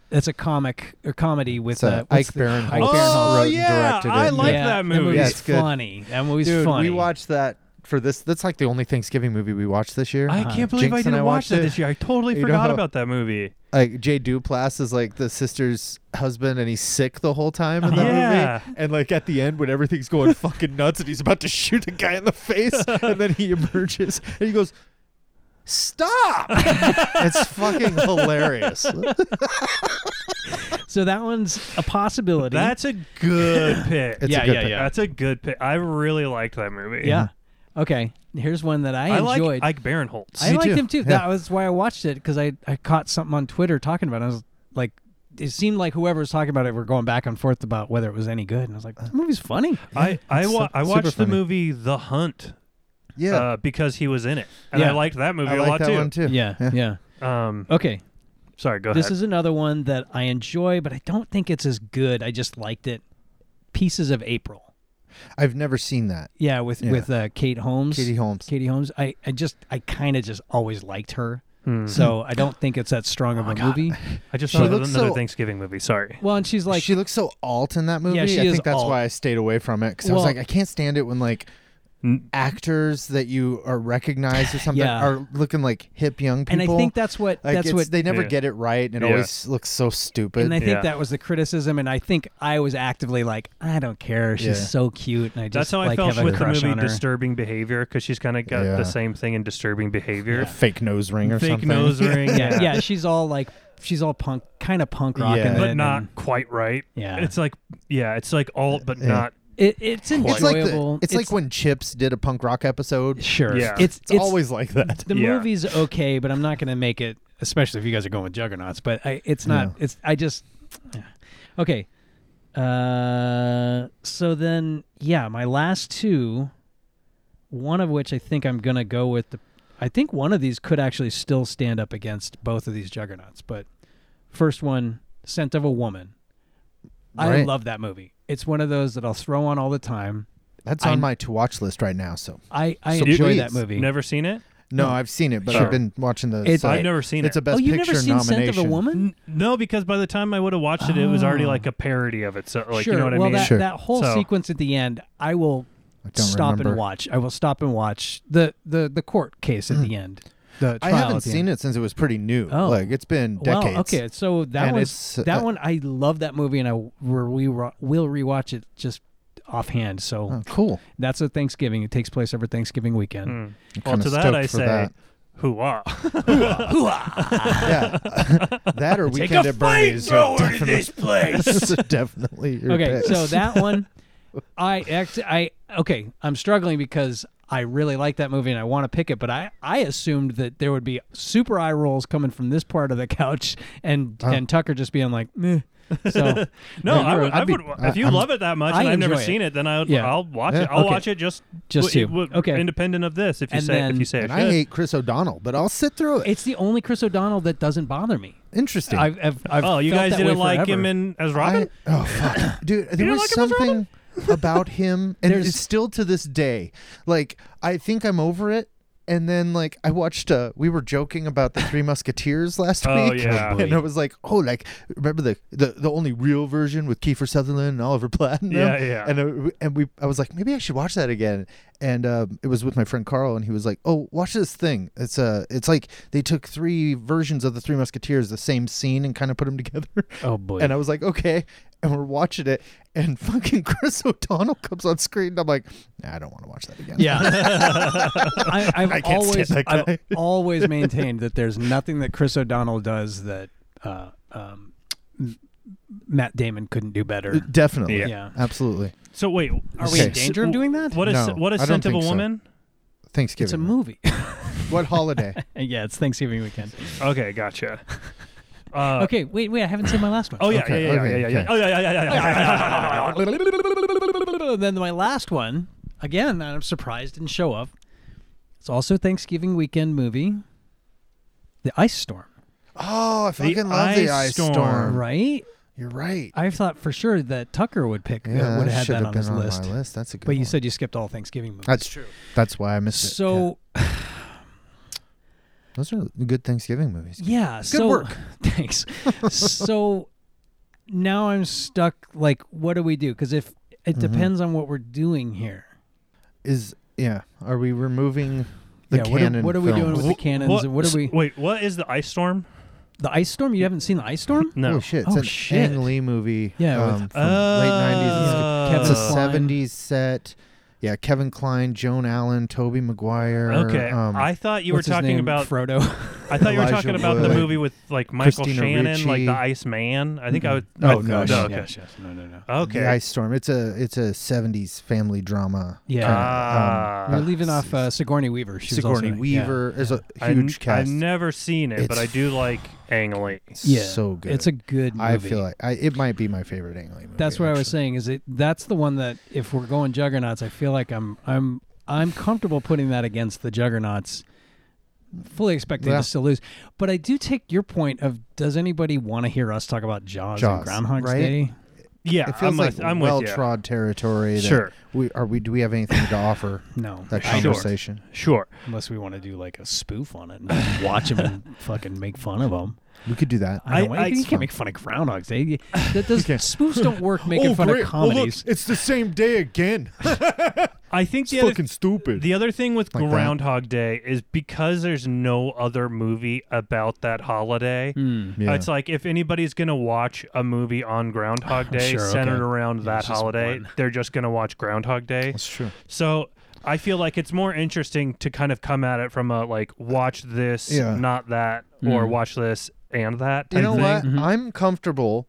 That's a comic or comedy
It's,
with
uh,
uh, what's
Ike
the-
Barinholtz
Ike
wrote
Barinholtz.
Oh
and
yeah,
directed
I
it.
like
Yeah,
that movie.
Yeah,
movie's
it's good.
funny. That movie's
Dude,
funny.
we watched that for this. That's like the only Thanksgiving movie we watched this year.
I can't believe
Uh, Jinx
I
and
didn't
I
watch
watched
that
it.
this year. I totally
You
forgot
know-
about that movie.
like Jay Duplass is like the sister's husband and he's sick the whole time
Uh-huh.
in that
Yeah.
movie. And like at the end when everything's
[LAUGHS]
going fucking nuts and he's about to shoot a guy in the face and then
[LAUGHS]
he emerges and he goes,
[LAUGHS] Uh,
Stop! it's fucking hilarious.
So that one's a possibility.
That's a
[COUGHS]
good pick.
It's
yeah,
a good
yeah,
pick.
yeah. That's a good pick. I really liked that movie.
yeah. Okay. Here's one that I,
I,
enjoyed.
like Ike Barinholtz.
I
Me
liked
too.
him too.
Yeah.
That was why I watched it because I, I caught something on Twitter talking about it. I was like, it seemed like whoever was talking about it were going back and forth about whether it was any good. And I was
Uh,
like, this movie's funny.
I I,
it's
wa-
su-
I
super
watched the
funny.
movie The Hunt
Yeah,
uh, because he was in it, and
Yeah.
I liked that movie
I
a
like
lot
that
too.
one too.
Yeah. Yeah.
Um,
Okay.
sorry, go
This
ahead.
is another one that I enjoy, but I don't think it's as good. I just liked it. Pieces of April.
I've never seen that.
Yeah, with
Yeah.
with uh, Kate Holmes.
Katie Holmes.
Katie Holmes. I, I just I kind of just always liked her.
Hmm.
So I don't think it's that strong
Oh
of a movie.
I just
She
thought of
looks
another
so-
Thanksgiving movie. Sorry.
Well, and she's like
she looks so alt in that movie.
she
I
is
think that's
alt.
why I stayed away from it because I
Well-
was like, I can't stand it when like
N-
actors that you are recognized or something
Yeah.
are looking like hip young
and
people.
I think that's what
like
that's
it's,
what
they never
Yeah.
get it right, and it
Yeah.
always looks so stupid.
and I think
Yeah.
that was the criticism, and I think I was actively like, I don't care. She's
Yeah.
so cute, and I
That's
just
how I
like
felt
have a
with the
crush
movie
on her.
Disturbing Behavior because she's kind of got
Yeah.
the same thing in Disturbing Behavior.
fake nose ring or
Fake
something. [LAUGHS]
nose ring.
yeah, yeah, she's all like, she's all punk, kind of punk rock,
Yeah.
in
but
it,
not
and
quite right.
Yeah.
It's like yeah, it's like alt, but
Yeah.
not.
it, it's enjoyable.
It's like the, it's, like when Chips did a punk rock episode.
sure,
Yeah.
it's,
It's, always like that.
the
Yeah.
movie's okay, but I'm not going to make it, especially if you guys are going with Juggernauts. But I, it's not. It's I just okay. Uh, so then, yeah, my last two, one of which I think I'm going to go with the. I think one of these could actually still stand up against both of these juggernauts, but first one, Scent of a Woman. I
Right.
love that movie. It's one of those that I'll throw on all the time.
That's
I-
on my to watch list right now. So
I, I
So
enjoy
please,
that movie.
Never seen it.
no, I've seen it, but
Sure.
I've been watching the.
It's-
site.
I've never seen
It's
it.
a best
oh, you've
picture
never seen
nomination.
Scent of a Woman?
N- No, because by the time I would have watched it, it was already
Oh.
like a parody of it. So like
sure.
you know what
well,
I mean.
that,
Sure.
that whole
So-
sequence at the end, I will
I don't
stop and
remember.
watch. I will stop and watch the the the court case
Hmm.
at the end. The
I
trial
haven't
at the
seen
end.
it since it was pretty new.
Oh.
Like it's been decades.
Wow. Okay. So that
And
one's
it's, uh,
that one. I love that movie, and I where we will rewatch it just offhand. So
Oh,
[LAUGHS]
cool.
that's a Thanksgiving. It takes place over Thanksgiving weekend.
Hmm. Well,
kinda
to that
stoked
I
for
say,
that.
hoo ah.
yeah, [LAUGHS] that or weekend at Bernie's. are definitely, this [LAUGHS] place. definitely. Your
Okay.
picks.
So that one, I act. I okay. I'm struggling because. I really like that movie and I want to pick it, but I, I assumed that there would be super eye rolls coming from this part of the couch and and Tucker just being like, meh. So
[LAUGHS] No, I
you're-
would, I
I'd be-
would. If you
I'm-
love it that much,
I
and I've
enjoy
never
it.
seen it, then I would,
Yeah.
I'll watch it.
Yeah,
I'll
okay.
watch it just
Just
w-
you.
w-
Okay.
independent of this. If you
And
say
then-
if you say it
and
should.
I hate Chris O'Donnell, but I'll sit through it.
It's the only Chris O'Donnell that doesn't bother me.
Interesting.
I've, I've, I've
oh, you
felt
guys
that
didn't
way
like him
forever.
in as
I-
Robin?
oh fuck,
[COUGHS]
dude! There
didn't
was
like him as
something about him, and
There's-
it's still to this day. Like I think I'm over it. And then, like, I watched. Uh, we were joking about the Three Musketeers
[LAUGHS]
last
Oh,
week,
yeah.
[LAUGHS] and I was like, "Oh, like, remember the, the the only real version with Kiefer Sutherland and Oliver Platt?" in them?
Yeah, yeah.
And uh, and we, I was like, maybe I should watch that again. And um, it was with my friend Carl, and he was like, "Oh, watch this thing. It's uh, it's like they took three versions of the Three Musketeers, the same scene, and kind of put them together."
Oh boy.
[LAUGHS] And I was like, okay. And we're watching it, and [LAUGHS] fucking Chris O'Donnell comes on screen. And I'm like, nah, I don't want to watch that again.
yeah. [LAUGHS] I, I've
I can't stand
always
that
I've
guy. [LAUGHS]
always maintained that there's nothing that Chris O'Donnell does that uh, um, M- Matt Damon couldn't do better.
Uh, Definitely.
Yeah.
Yeah.
Absolutely.
So wait,
Are we in
Okay.
danger of doing that?
What is
No,
what is
I don't
scent of a
think so.
woman?
Thanksgiving.
It's a movie. [LAUGHS]
What holiday?
yeah, it's Thanksgiving weekend.
Okay,
[LAUGHS]
gotcha. Uh,
Okay, wait, wait. I haven't seen my last one.
Oh yeah,
Okay,
yeah, yeah,
okay,
yeah, yeah, yeah.
okay.
Oh yeah, yeah, yeah, yeah, yeah, yeah. yeah, yeah.
[LAUGHS] then my last one, again, I'm surprised didn't show up. It's also a Thanksgiving weekend movie, The Ice Storm.
oh, I fucking love
ice
the ice storm.
storm.
Right?
You're right.
I thought for sure that Tucker would pick uh,
yeah,
would have had
should
that
have
on
been
his
on
list.
my list. That's a good.
But you
one.
said you skipped all Thanksgiving movies.
that's true. That's why I missed it. Yeah.
so
those are good Thanksgiving movies.
yeah,
Good
so
work.
[LAUGHS] thanks. so now I'm stuck like what do we do? Cuz if it depends on what we're doing here.
Is yeah? Are we removing the
yeah, what are,
canon?
what are we doing
films?
[LAUGHS] with the cannons?
What,
and what are we
Wait, what is the ice storm?
The Ice Storm? You haven't seen The Ice Storm?
No.
Holy shit!
Oh,
It's an
shit.
Ang Lee movie.
Yeah, with- uh,
um, from late '90s.
Oh.
It's
Kevin
a
Kline.
'70s set. Yeah, Kevin Klein, Joan Allen, Toby Maguire.
Okay,
um,
I thought you were
What's his
talking
name?
about.
[LAUGHS] Frodo.
I thought you were
Elijah
talking about the
Wood.
movie with like Michael
Christina
Shannon, like
Ricci.
the Iceman. I think I would.
Oh,
I-
no,
no,
no,
okay.
yes, yes. No, no, no.
Okay.
The Ice Storm. It's a it's a '70s family drama.
Yeah.
Ah.
We're
uh,
leaving off uh, Sigourney Weaver. She was also
Sigourney
in it.
Weaver. There's a
I n-
huge cast.
I've never seen it, but
It's
I do like Ang Lee.
Yeah. yeah.
so good.
It's a good movie.
I feel like I, it might be my favorite Ang Lee movie.
that's what I was
actually.
saying. Is it? That's the one that if we're going juggernauts, I feel like I'm I'm I'm comfortable putting that against the juggernauts. Fully expecting
Yeah.
to still lose, but I do take your point of does anybody want to hear us talk about Jaws,
Jaws,
and Groundhog's
right?
Day?
Yeah,
It feels
I'm
like
with, I'm
well
with you.
trod territory. That
Sure.
We are we do we have anything to offer
No,
that
Sure.
conversation?
Sure.
unless we want to do like a spoof on it and just watch them and fucking make fun of them.
We could do that.
I,
I-
don't,
I-
you can't make fun of Groundhog's Day. You- That does, spoofs don't work making
oh,
fun
great.
of
Well, look,
comedies.
it's the same day
[LAUGHS]
again.
I think the
It's
other,
fucking stupid.
the other thing with
Like that.
Groundhog Day is because there's no other movie about that holiday.
Mm.
Yeah.
It's like if anybody's gonna watch a movie on
[SIGHS]
Groundhog Day
Sure,
centered
okay.
around
Yeah,
that
it's just
holiday,
one.
they're just gonna watch Groundhog Day.
That's true.
So I feel like it's more interesting to kind of come at it from a like watch this,
Yeah.
not that, or
Mm.
watch this and that. Type
You know
thing.
what?
Mhm.
I'm comfortable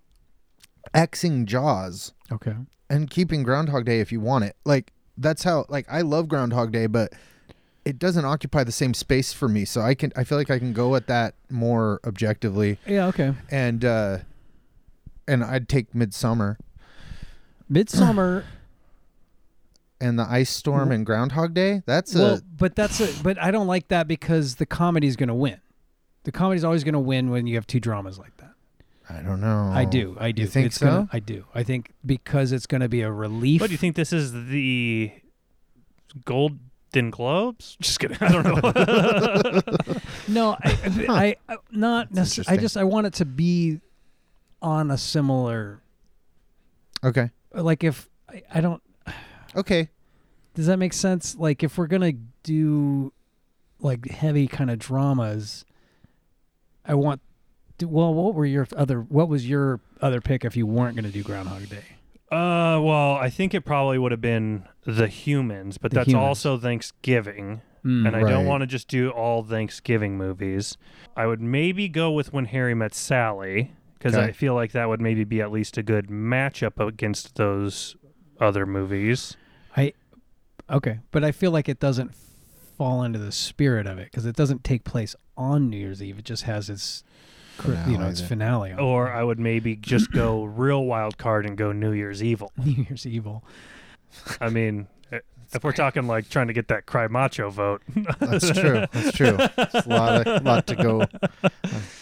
Xing Jaws
Okay.
and keeping Groundhog Day if you want it. Like that's how like I love Groundhog Day, but it doesn't occupy the same space for me. So I can I feel like I can go at that more objectively
Yeah. Okay.
and uh and I'd take Midsummer
Midsummer.
and the Ice Storm and Groundhog Day. That's a
Mm-hmm. well, but that's a, but I don't like that because the comedy's going to win. The comedy's always going to win when you have two dramas like that.
I don't know.
I do. I do.
Oh. You think
it's Gonna,
so?
I do. I think because it's going to be a relief.
What do you think? This is the Golden Globes? [LAUGHS] Just kidding. I
[LAUGHS]
don't know.
No,
[LAUGHS]
I, I, I not necessarily. I
interesting.
just I want it to be on a similar
Okay.
like if I, I don't
Okay.
Does that make sense? Like if we're gonna do like heavy kind of dramas, I want. d- Well, what were your other? What was your other pick if you weren't gonna do Groundhog Day?
uh, well, I think it probably would have been The Humans, but
The
that's
Humans. Mm,
also Thanksgiving, and I
right.
don't want to just do all Thanksgiving movies. I would maybe go with When Harry Met Sally because
Okay.
I feel like that would maybe be at least a good matchup against those other movies.
okay, but I feel like it doesn't fall into the spirit of it because it doesn't take place on New Year's Eve. It just has its, cr- you know,
Finale
its
then.
finale on
Or I would maybe just go real wild card and go New Year's Evil.
[LAUGHS] New Year's Evil.
I mean, eh, if we're talking like trying to get that cry macho vote,
That's true. That's true. It's a lot, of, lot to
[LAUGHS]
go, a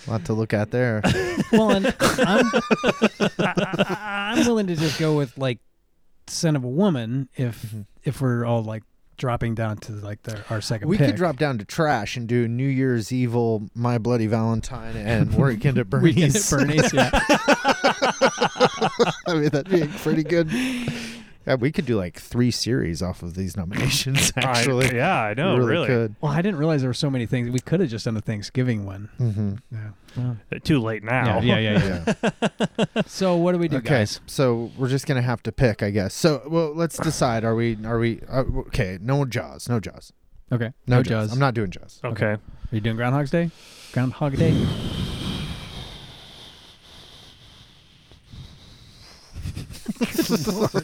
lot to look at there.
Well, and
[LAUGHS]
I'm, I, am willing to just go with like "Son of a Woman" if
Mhm.
if we're all like dropping down to like the, our second.
We
pick.
could
[LAUGHS]
drop down to trash and do New Year's Evil, My Bloody Valentine, and Weekend at Bernie's.
Weekend at Bernie's. Yeah,
[LAUGHS] I mean, that'd be pretty good. Yeah, we could do like three series off of these nominations. Actually,
[LAUGHS] I, yeah, I know,
We
really.
could.
well, I didn't realize there were so many things. We could have just done a Thanksgiving one.
hmm
Yeah,
Uh, Too late now.
yeah, yeah, yeah.
Yeah. [LAUGHS]
so what do we do,
okay,
guys?
so we're just gonna have to pick, I guess. So, well, let's decide. Are we? Are we? Uh, okay, no Jaws. No Jaws.
Okay,
No,
no
Jaws.
Jaws.
I'm not doing Jaws.
[LAUGHS] Okay.
Are you doing Groundhog's Day? Groundhog Day.
Just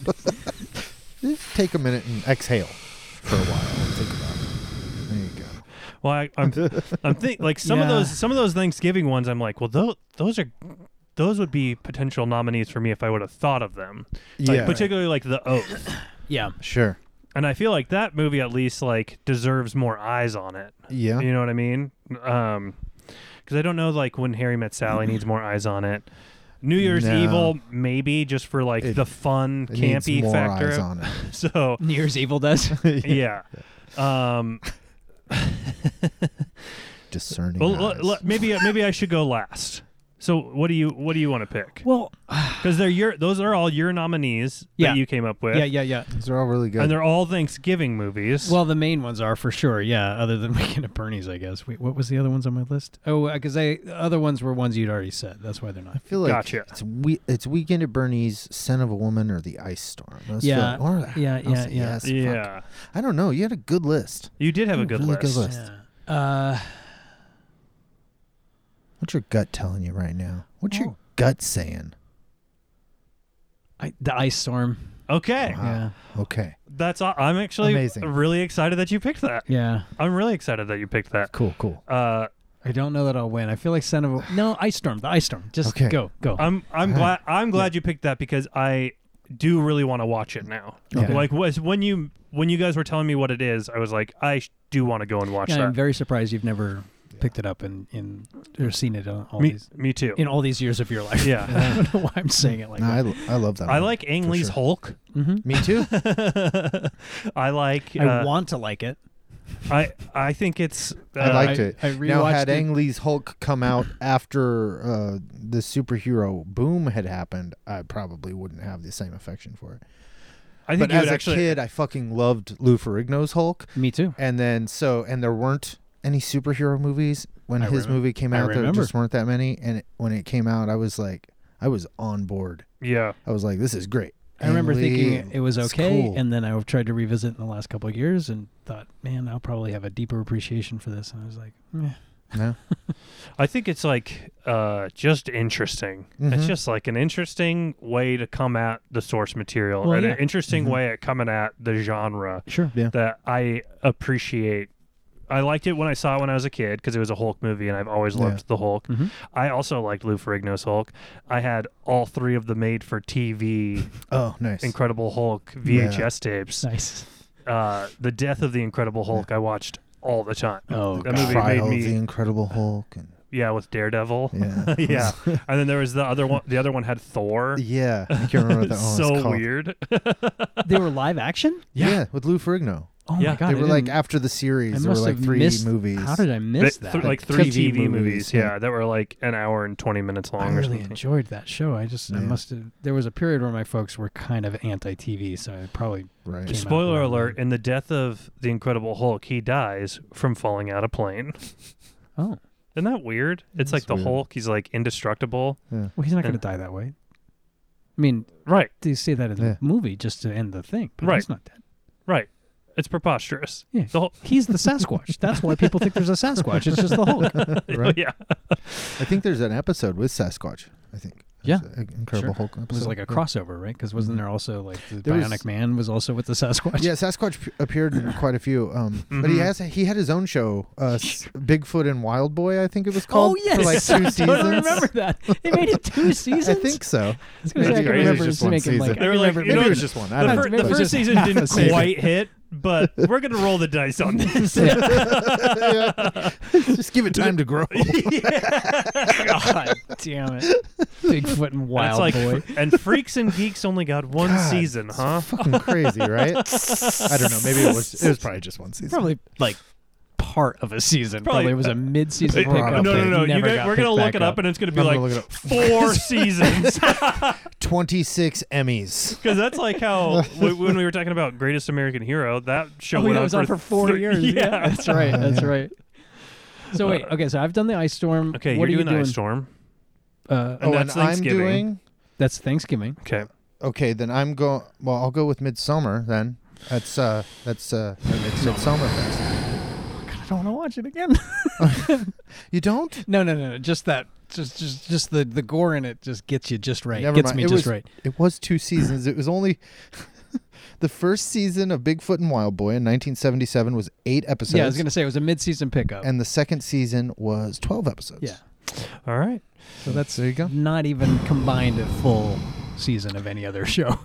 Eh, take a minute and exhale for a while. and Think about it. There you go.
Well, I,
[LAUGHS]
I'm, I'm think like some of
Yeah.
those, some of those Thanksgiving ones. I'm like, well, those, those are, those would be potential nominees for me if I would have thought of them. Like,
Yeah.
Particularly like the Oath,
Yeah,
Sure.
and I feel like that movie at least like deserves more eyes on it.
Yeah.
You know what I mean? Um, because I don't know like when Harry Met Sally needs more eyes on it. New Year's
No.
Evil, maybe just for like
It-
the fun
It needs
campy
more
factor. [LAUGHS]
eyes on it.
So
New Year's Evil does.
[LAUGHS]
[LAUGHS]
yeah. Um,
Discerning.
well, l-
eyes.
uh, l- maybe maybe I should go last. So what do you what do you want to pick?
[LAUGHS] Well,
Because they're your those are all your nominees
Yeah.
that you came up with.
yeah, yeah, yeah.
These are all really good.
And they're all Thanksgiving movies.
Well, the main ones are for sure. Yeah, other than [LAUGHS] Weekend at Bernie's, I guess. Wait, what was the other ones on my list? Oh, because I the other ones were ones you'd already said. That's why they're not.
I feel like
Gotcha.
it's we it's Weekend at Bernie's, Son of a Woman, or The Ice Storm. Those feel-
Yeah.
or,
Yeah,
I'll
yeah,
say
yeah.
yes, fuck.
yeah,
I don't know. You had a good list.
you did have a good
Really
list.
good list.
Yeah. Uh,
What's your gut telling you right now? What's your
Oh.
gut saying?
I, the ice storm.
Okay,
Wow.
Yeah,
Okay,
that's all. I'm actually
Amazing.
really excited that you picked that.
yeah.
I'm really excited that you picked that.
cool, cool.
Uh,
I don't know that I'll win. I feel like son of a no ice storm. The ice storm. Just
Okay.
go, go.
I'm I'm glad I'm glad you picked that because I do really want to watch it now.
Okay.
Like was when you when you guys were telling me what it is, I was like, I sh- do want to go and watch
yeah, I'm
that.
very surprised you've never picked it up and in or seen it on all
Me,
these
me too.
in all these years of your life.
Yeah.
[LAUGHS] I don't know why I'm saying it like
No,
that. Mm-hmm.
I, I love that.
I
one.
like Ang
for
Lee's
sure.
Hulk. [LAUGHS]
Me too. [LAUGHS]
I like.
I
uh,
want to like it.
I I think it's. Uh,
I liked
I-
it.
I
now, had
rewatched it.
Ang Lee's Hulk come out after uh, the superhero boom had happened, I probably wouldn't have the same affection for it.
I think
But
you
as
would
a
actually.
kid, I fucking loved Lou Ferrigno's Hulk,
Me too.
and then so and there weren't any superhero movies when
I
his
remem-
movie came
I
out. There
remember.
just weren't that many, and it, when it came out, I was like, I was on board.
yeah.
I was like, this is great.
I remember
Ang Lee,
thinking it was
it's
okay,
cool.
and then I tried to revisit in the last couple of years and thought, man, I'll probably have a deeper appreciation for this. And I was like, eh.
no?
I think it's like uh, just interesting. It's
Mhm.
just like an interesting way to come at the source material,
Well,
and
yeah.
an interesting
Mm-hmm.
way at coming at the genre
sure,
Yeah.
that I appreciate. I liked it when I saw it when I was a kid because it was a Hulk movie, and I've always loved
Yeah.
the Hulk.
Mm-hmm.
I also liked Lou Ferrigno's Hulk. I had all three of the made-for-TV
Oh, nice.
Incredible Hulk
Yeah.
VHS tapes.
nice.
uh, the death of the Incredible Hulk. I watched all the time.
Oh,
that movie
Trial
made
of the
me
Incredible Hulk.
[LAUGHS]
And,
yeah with Daredevil.
yeah.
[LAUGHS]
[LAUGHS]
yeah, and then there was the other one. The other one had Thor.
Yeah, I can't
[LAUGHS]
remember what that one was
so
called. [LAUGHS]
weird.
[LAUGHS] they were live action.
Yeah. with Lou Ferrigno.
Oh
Yeah.
my god,
they
I
were like
didn't-
after the series,
I
there were
must
like
have
three
missed,
movies.
How did I miss
Th-
that?
th- like
Like
three TV
TV
movies,
movies,
yeah.
yeah.
that were like an hour and twenty minutes long.
I
or
really
something.
enjoyed that show. I just I
Yeah.
must have. There was a period where my folks were kind of anti-TV, so I probably [LAUGHS]
right.
Just-
Spoiler
around
alert:
then.
In the death of the Incredible Hulk, he dies from falling out of plane.
oh
Isn't that weird? It's like
That's
the
weird.
Hulk; he's like indestructible.
well, he's not going
Yeah.
to die that way. I mean,
Right,
they say that in
Yeah.
the movie just to end the thing, but
Right.
he's not dead.
right. It's preposterous.
Yeah.
The [LAUGHS] Hulk.
He's the Sasquatch. That's why people think there's a Sasquatch. It's just the Hulk.
Right.
yeah.
I think there's an episode with Sasquatch. I think.
Yeah.
It's an Incredible
Sure.
Hulk episode.
It was like a
Yeah.
crossover, right? Because wasn't there also like the
There was-
Bionic Man was also with the [LAUGHS] Sasquatch?
Yeah, Sasquatch p- appeared in quite a few, um, but
Mm-hmm.
Mhm.
he has he had his own show, uh, s- Bigfoot and Wild Boy, I think it was called. for
[LAUGHS]
like two
Oh, I
seasons.
totally remember that. They made it two seasons.
[LAUGHS] I think so.
It's crazy. I
That's crazy.
can remember
It was just
them
one
making like
season.
I
They were like,
remember-
you
Maybe
know,
it
what?
was just one. I
the,
don't
fir-
know.
the
Maybe it was
first
just
season
half a
didn't
season.
quite hit, but we're gonna roll the dice on
[LAUGHS]
this.
[LAUGHS] just give it time to grow.
[LAUGHS] God damn it. Bigfoot and Wild
That's
Boy.
[LAUGHS] like, and Freaks and Geeks only got one
God,
season, huh?
Fucking crazy, right? I don't know. Maybe it was. It was probably just one season.
Probably like part of a season. Probably,
Probably-
it was a mid season
Wait,
pick
pickup.
up
no, no,
that
no. You
never
guys,
got
we're gonna
picked
look
back
it up, and it's gonna be
I'm
like
gonna look it up.
[LAUGHS]
four seasons. [LAUGHS]
Twenty six Emmys.
Because that's like
[LAUGHS]
how w- when we were talking about Greatest American Hero, that show
Oh,
went
yeah,
on,
it was on for
[LAUGHS]
four
three-
years.
Yeah.
that's right. That's
[LAUGHS] Yeah.
right. So wait, okay. So I've done the ice storm.
Uh, Okay,
what
you're
are
doing,
you
Ice Storm.
Uh,
And
oh,
that's
and I'm
Thanksgiving.
doing.
that's Thanksgiving.
Okay.
Okay, then I'm going. Well, I'll go with Midsummer then. That's uh, that's uh, it's Midsummer Fest.
I don't want to watch it again.
You don't?
[LAUGHS] no, no, no, no. Just that. Just, just, just the the gore in it just gets you just right.
Never
gets
mind.
me
it
just
was,
right.
It was two seasons. It was only [LAUGHS] the first season of Bigfoot and Wild Boy in 1977 was eight episodes.
yeah, I was gonna say it was a mid season pickup.
and the second season was 12 episodes.
yeah,
All right.
so that's
There you go.
[LAUGHS] not even combined a full season of any other show.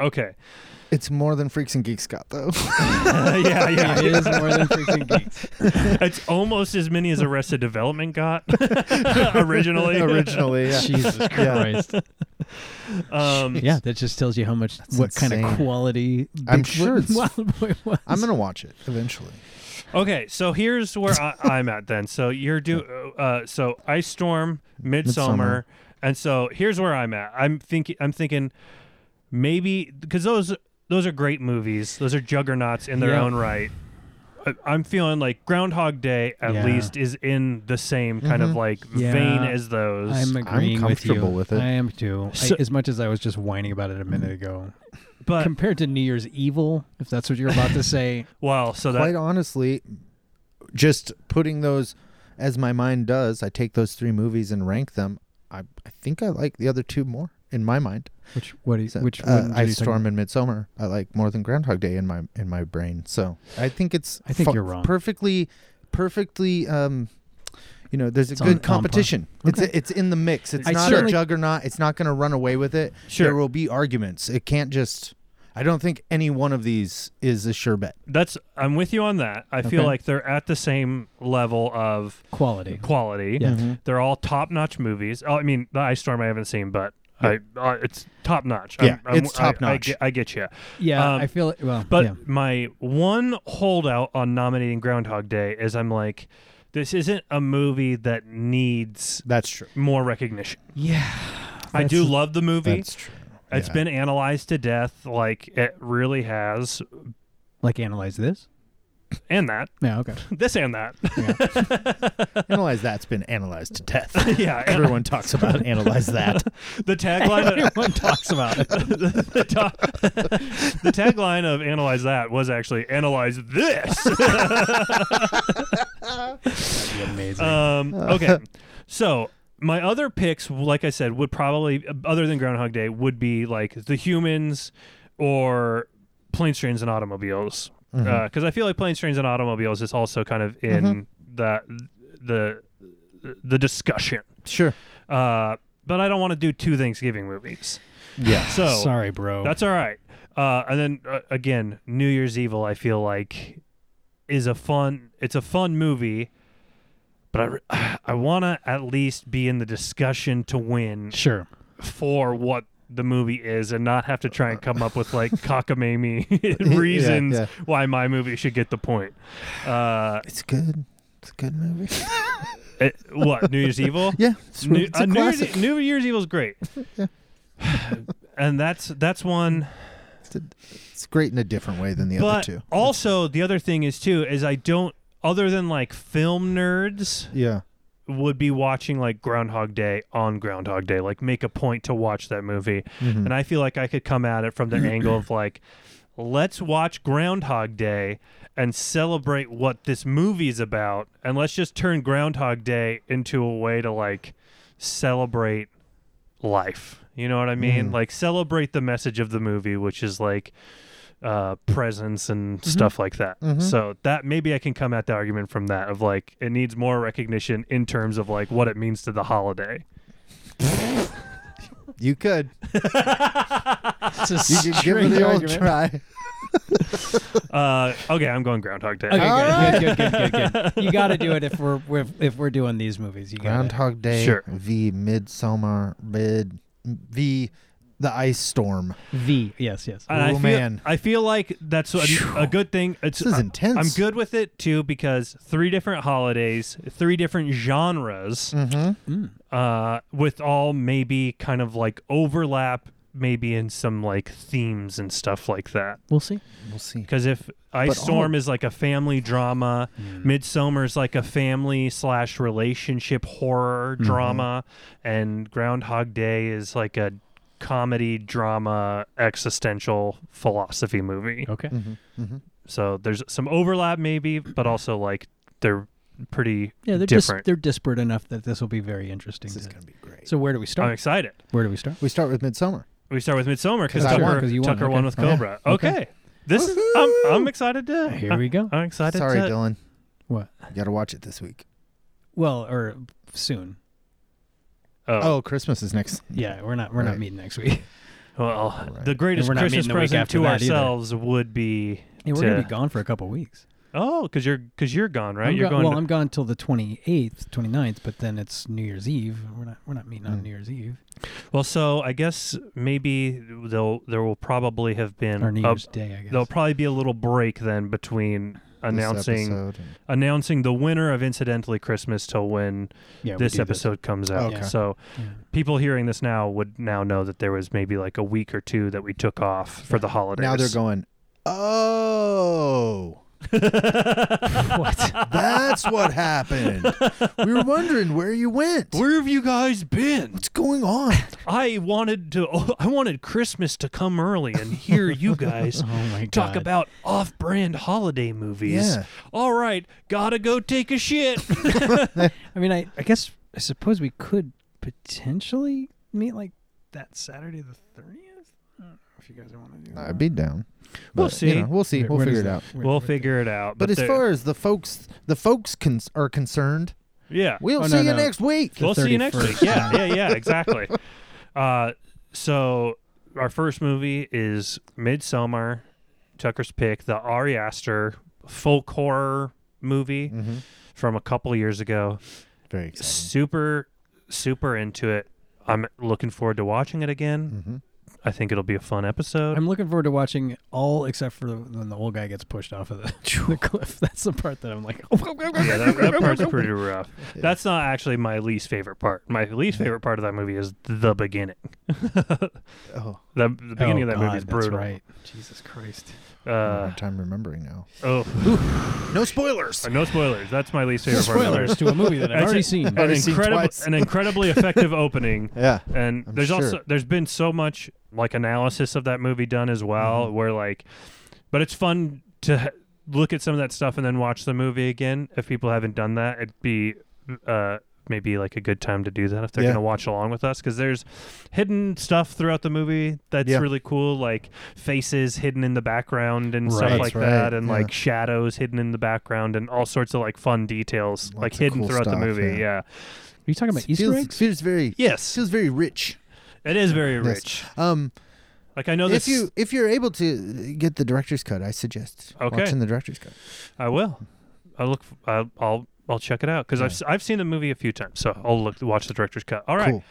Okay. [LAUGHS]
It's more than Freaks and Geeks got though.
[LAUGHS]
yeah, yeah.
it is more than Freaks [LAUGHS] and Geeks.
[LAUGHS] It's almost as many as Arrested Development got
[LAUGHS]
[LAUGHS] originally.
Originally, yeah.
Jesus Christ.
Um,
Yeah, that just tells you how much what kind
insane.
of quality.
I'm
Bigfoot
sure
and
it's-
[LAUGHS] Wild Boy was.
I'm gonna watch it eventually.
Okay, so here's where
[LAUGHS]
I, I'm at then. So you're do uh, so Ice Storm, Midsummer,
Midsummer.
and so here's where I'm at. I'm thinking I'm thinking maybe because those those are great movies. Those are juggernauts in their
Yeah.
own right. I- I'm feeling like Groundhog Day at
Yeah. Mm-hmm.
least is in the same kind of like
Yeah.
vein as those.
I'm agreeing
comfortable
with
with
you.
it.
I am too. I-
So-
as much as I was just whining about it a minute ago,
but
compared to New Year's Evil, if that's what you're about to say,
well, so that
Quite honestly, just putting those as my mind does, I take those three movies and rank them. I, I think I like the other two more in my mind.
which what is
So,
which
uh,
one did you
Ice
talk
Storm
about?
and Midsummer I like more than Groundhog Day in my in my brain. So I think it's
I think you're wrong.
Perfectly, perfectly. Um, you know, there's a
It's on- on
good
par.
competition. It's it's in the mix. It's
I
not
certainly-
a juggernaut. It's not going to run away with it.
Sure.
There will be arguments. It can't just. I don't think any one of these is a sure bet.
that's I'm with you on that. I feel
Okay.
like they're at the same level of
quality.
quality.
Yeah.
Mm-hmm.
They're all top notch movies. Oh, I mean, The Ice Storm I haven't seen, but I uh, it's top notch.
Yeah, it's top-notch.
I, get you.
Yeah,
Um,
I feel it. Well,
But
yeah.
my one holdout on nominating Groundhog Day is I'm like, this isn't a movie that needs
That's true.
more recognition.
yeah,
I
That's-
do love the movie. It's
That's true. yeah.
been analyzed to death, like it really has,
like analyze this.
and that,
Yeah, okay.
this and that. [LAUGHS]
analyze that's been analyzed to death.
[LAUGHS]
yeah, and-
Everyone talks about analyze that.
the tagline. [LAUGHS]
Everyone talks about it.
the, top, the tagline of analyze that was actually analyze this
Amazing. [LAUGHS]
um, okay so my other picks like i said would probably other than groundhog day would be like the humans or planes trains and automobiles
Mm-hmm.
because i feel like planes trains and automobiles is also kind of in that the the discussion
Sure.
uh, but i don't want to do two thanksgiving movies
Yeah.
so
Sorry, bro.
oh. that's all right. Uh, and then uh, again, New Year's Evil, I feel like is a fun. It's a fun movie, but I re- [SIGHS] I want to at least be in the discussion to win
sure.
for what the movie is, and not have to try and come up with
[LAUGHS]
like cockamamie [LAUGHS] reasons
yeah.
why my movie should get the point. Uh,
It's good. It's a good movie.
it- what New
[LAUGHS]
Year's Evil?
yeah. It's,
New,
it's a
uh, New,
classic.
Year's, New Year's Evil is
[LAUGHS]
great. [SIGHS] and that's that's one
It's, a, it's great in a different way than the other
but
two.
also the other thing is too is I don't other than like film nerds
Yeah.
would be watching like Groundhog Day on Groundhog Day, like make a point to watch that movie.
Mm-hmm.
And I feel like I could come at it
[CLEARS THROAT]
from the angle of like, let's watch Groundhog Day and celebrate what this movie's about, and let's just turn Groundhog Day into a way to like celebrate life. You know what I
Mm.
mean? Like celebrate the message of the movie, which is like uh presence and
Mm-hmm.
stuff like that. So that maybe I can come at the argument from that of like it needs more recognition in terms of like what it means to the holiday.
You could.
It's a
[LAUGHS] You could give it the old
argument.
try.
Uh okay, I'm going Groundhog Day.
Okay,
All
good, good, good, good, good, good. You got to do it if we're, we're if we're doing these movies. You got to.
[LAUGHS] Groundhog Day
Sure.
v Midsummer mid v the ice storm.
V. Yes, yes.
And I
Oh,
feel,
man.
I feel like that's a, a good thing. It's,
This is
I-
intense.
I'm good with it too because three different holidays, three different genres,
Mm-hmm.
uh, with all maybe kind of like overlap, maybe in some like themes and stuff like that.
We'll see.
We'll see.
Because if Ice
But all-
Storm is like a family drama,
Mm.
Midsummer is like a family slash relationship horror
Mm-hmm.
drama, and Groundhog Day is like a comedy drama existential philosophy movie.
Okay.
Mm-hmm,
So there's some overlap maybe, but also like they're pretty
Yeah, they're dis-
different.
they're disparate enough that this will be very interesting.
This is
to-
gonna be great.
so where do we
I'm
start?
excited.
Where do we start?
We start with Midsummer.
We start with Midsummer because
'Cause I
Tucker,
won,
'cause you won.
Tucker
Okay.
won with
Oh, yeah.
Cobra. Okay. This is I'm, I'm excited to
Here we go.
[LAUGHS] I'm excited
Sorry,
to
Dylan.
What?
You gotta watch it this week.
Well, or soon.
Oh,
Oh, Christmas is next.
Yeah, we're not we're not
Right.
meeting next week. [LAUGHS]
well,
Alright.
the greatest
And we're not
Christmas
meeting the week
present
after
to
that either.
ourselves would be
Yeah, we're
to-
gonna be gone for a couple weeks.
Oh, because you're because you're gone, right?
I'm
you're
go-
going.
well,
to-
I'm gone till the 28th, 29th, but then it's New Year's Eve. We're not we're not meeting
Hmm.
on New Year's Eve
well, so I guess maybe there there will probably have been
or New
a-
Year's Day. I guess.
there'll probably be a little break then between announcing
episode.
announcing the winner of incidentally Christmas till when
Yeah, we do
this
[LAUGHS]
episode comes out.
Okay.
So
Yeah.
people hearing this now would now know that there was maybe like a week or two that we took off for the holidays.
Now they're going, oh,
what?
that's
[LAUGHS]
what happened. We were wondering where you went.
Where have you guys been?
What's going on?
I wanted to. [LAUGHS] oh, I wanted Christmas to come early and hear you guys
Oh my god.
talk about off-brand holiday movies.
Yeah.
All right, gotta go take a shit.
I mean, I, I guess I suppose we could potentially meet like that Saturday the thirtieth. I don't know if you guys want to do that.
I'd be down.
We'll
But, you
see.
know, we'll Uh, see.
Wait,
We'll
when
figure it
is that?
out.
Wait,
we'll
wait.
figure it out.
But as
there-
far as the folks, the folks con- are concerned,
yeah,
we'll
Oh,
see
no,
you
no.
next week.
we'll see you next week.
31st.
Yeah, yeah, yeah, exactly. Uh, so our first movie is Midsummer, Tucker's Pick, the Ari Aster folk horror movie
Mhm.
from a couple years ago.
Very exciting.
Super, super into it. I'm looking forward to watching it again.
Mhm.
I think it'll be a fun episode.
I'm looking forward to watching all except for when the old guy gets pushed off of the,
[LAUGHS]
[LAUGHS] the cliff. That's the part that I'm like, [LAUGHS]
yeah, that, that part's pretty rough. That's not actually my least favorite part. My least favorite part of that movie is the beginning. [LAUGHS] the,
Oh,
the beginning of that movie is brutal.
right. Mm. Jesus Christ.
I'm
Uh,
having a time remembering now.
oh,
No spoilers.
uh, no spoilers. That's my least favorite part. of the
Spoilers
movie.
to a movie that I've
That's
already
it.
seen.
An
Already seen
incredible,
twice.
an incredibly
[LAUGHS]
effective opening,
Yeah.
and
I'm
there's
sure.
also there's been so much like analysis of that movie done as well,
Mm-hmm.
where like, but it's fun to ha- look at some of that stuff and then watch the movie again. If people haven't done that, it'd be uh, maybe like a good time to do that if they're
Yeah.
gonna watch along with us because there's hidden stuff throughout the movie that's
Yeah.
really cool, like faces hidden in the background and
Right.
stuff like
That's
that,
right,
and
yeah.
like shadows hidden in the background and all sorts of like fun details
Lots
like
of
hidden
cool
throughout
stuff,
the movie.
yeah.
Yeah.
Are you talking about Easter
Feels,
eggs?
feels very.
Yes,
Feels very rich.
it is very
Yes.
rich.
Um,
Like I know
if
this.
you if you're able to get the director's cut, I suggest
Okay.
watching the director's cut.
I will. I look. f- I'll. I'll, I'll check it out because I've s- I've seen the movie a few times, so I'll look watch the director's cut. All right.
Cool.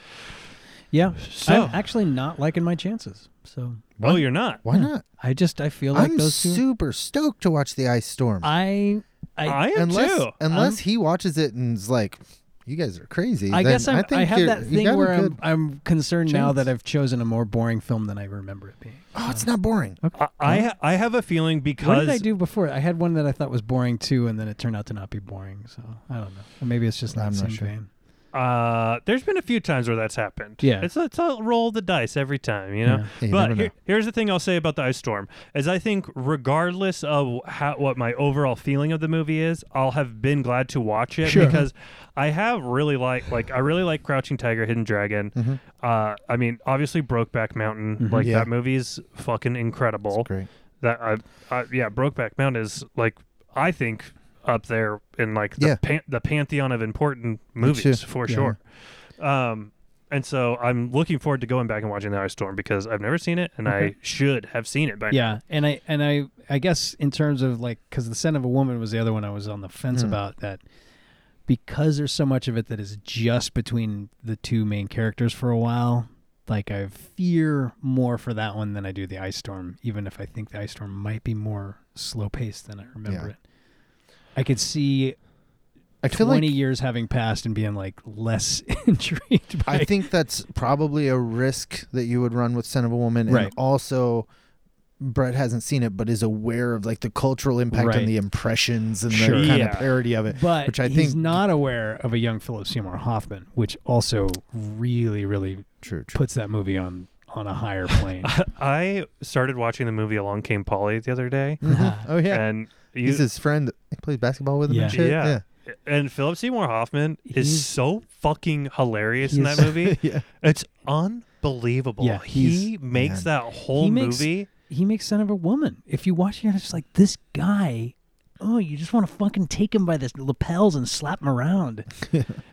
Yeah.
So-
I'm actually not liking my chances. So
Oh, you're not.
Why not?
I just I feel like
I'm
those two.
super stoked to watch the Ice Storm.
I I,
I am
unless
too.
unless he watches it and is like, "You guys are crazy."
I
then
guess I'm, I,
think
have
you're-
that
you
thing
got a
where I'm,
good-
I'm concerned now
chance.
that I've chosen a more boring film than I remember it being.
Oh, it's not boring.
I, I ha- I have a feeling
What did I
because
do before? I had one that I thought was boring too, and then it turned out to not be boring. So I don't know. Or maybe it's just not
I'm
the
not
same
sure.
vein.
uh, there's been a few times where that's happened.
Yeah.
It's a, it's a roll of the dice every time, you know.
Yeah.
Yeah, you
but
never
here- here's the thing I'll say about the ice storm is I think regardless of how, what my overall feeling of the movie is, I'll have been glad to watch it
Sure.
because I have really like like I really like Crouching Tiger, Hidden Dragon. Uh, I mean, obviously Brokeback Mountain, like
Yeah.
that movie's fucking incredible.
Great.
That I, I yeah, Brokeback Mountain is like I think up there in like the
Yeah.
pan- the pantheon of important
too.
movies for
Yeah.
sure. Um, and so I'm looking forward to going back and watching The Ice Storm because I've never seen it and I should have seen it by now.
Yeah, and I and I I guess in terms of like because the scent of a woman was the other one I was on the fence
Hmm.
about that because there's so much of it that is just between the two main characters for a while. Like I fear more for that one than I do the ice storm, even if I think the ice storm might be more slow paced than I remember
Yeah.
it. I could see
I feel like
twenty years having passed and being like less [LAUGHS]
[LAUGHS]
intrigued. By
I think that's probably a risk that you would run with Son of a Woman,
Right.
and also. Brett hasn't seen it, but is aware of like the cultural impact
Right.
and the impressions and
Sure.
the kind
Yeah.
of parody of it,
but
which I
he's
think
not aware of a young Philip Seymour Hoffman, which also really, really
true, true.
puts that movie on on
[LAUGHS]
a higher plane.
[LAUGHS] I started watching the movie Along Came Polly the other day, [LAUGHS]
Mhm. Oh yeah,
and you,
he's his friend. He plays basketball with him and
Yeah.
shit.
Yeah. and Philip Seymour Hoffman
He's-
is so fucking hilarious in
he's-
that
[LAUGHS]
movie.
yeah. [LAUGHS]
It's unbelievable.
Yeah,
he
he's-
makes that whole
He makes-
movie.
he makes son of a woman. If you watch it, you're just like this guy. Oh, you just want to fucking take him by the lapels and slap him around.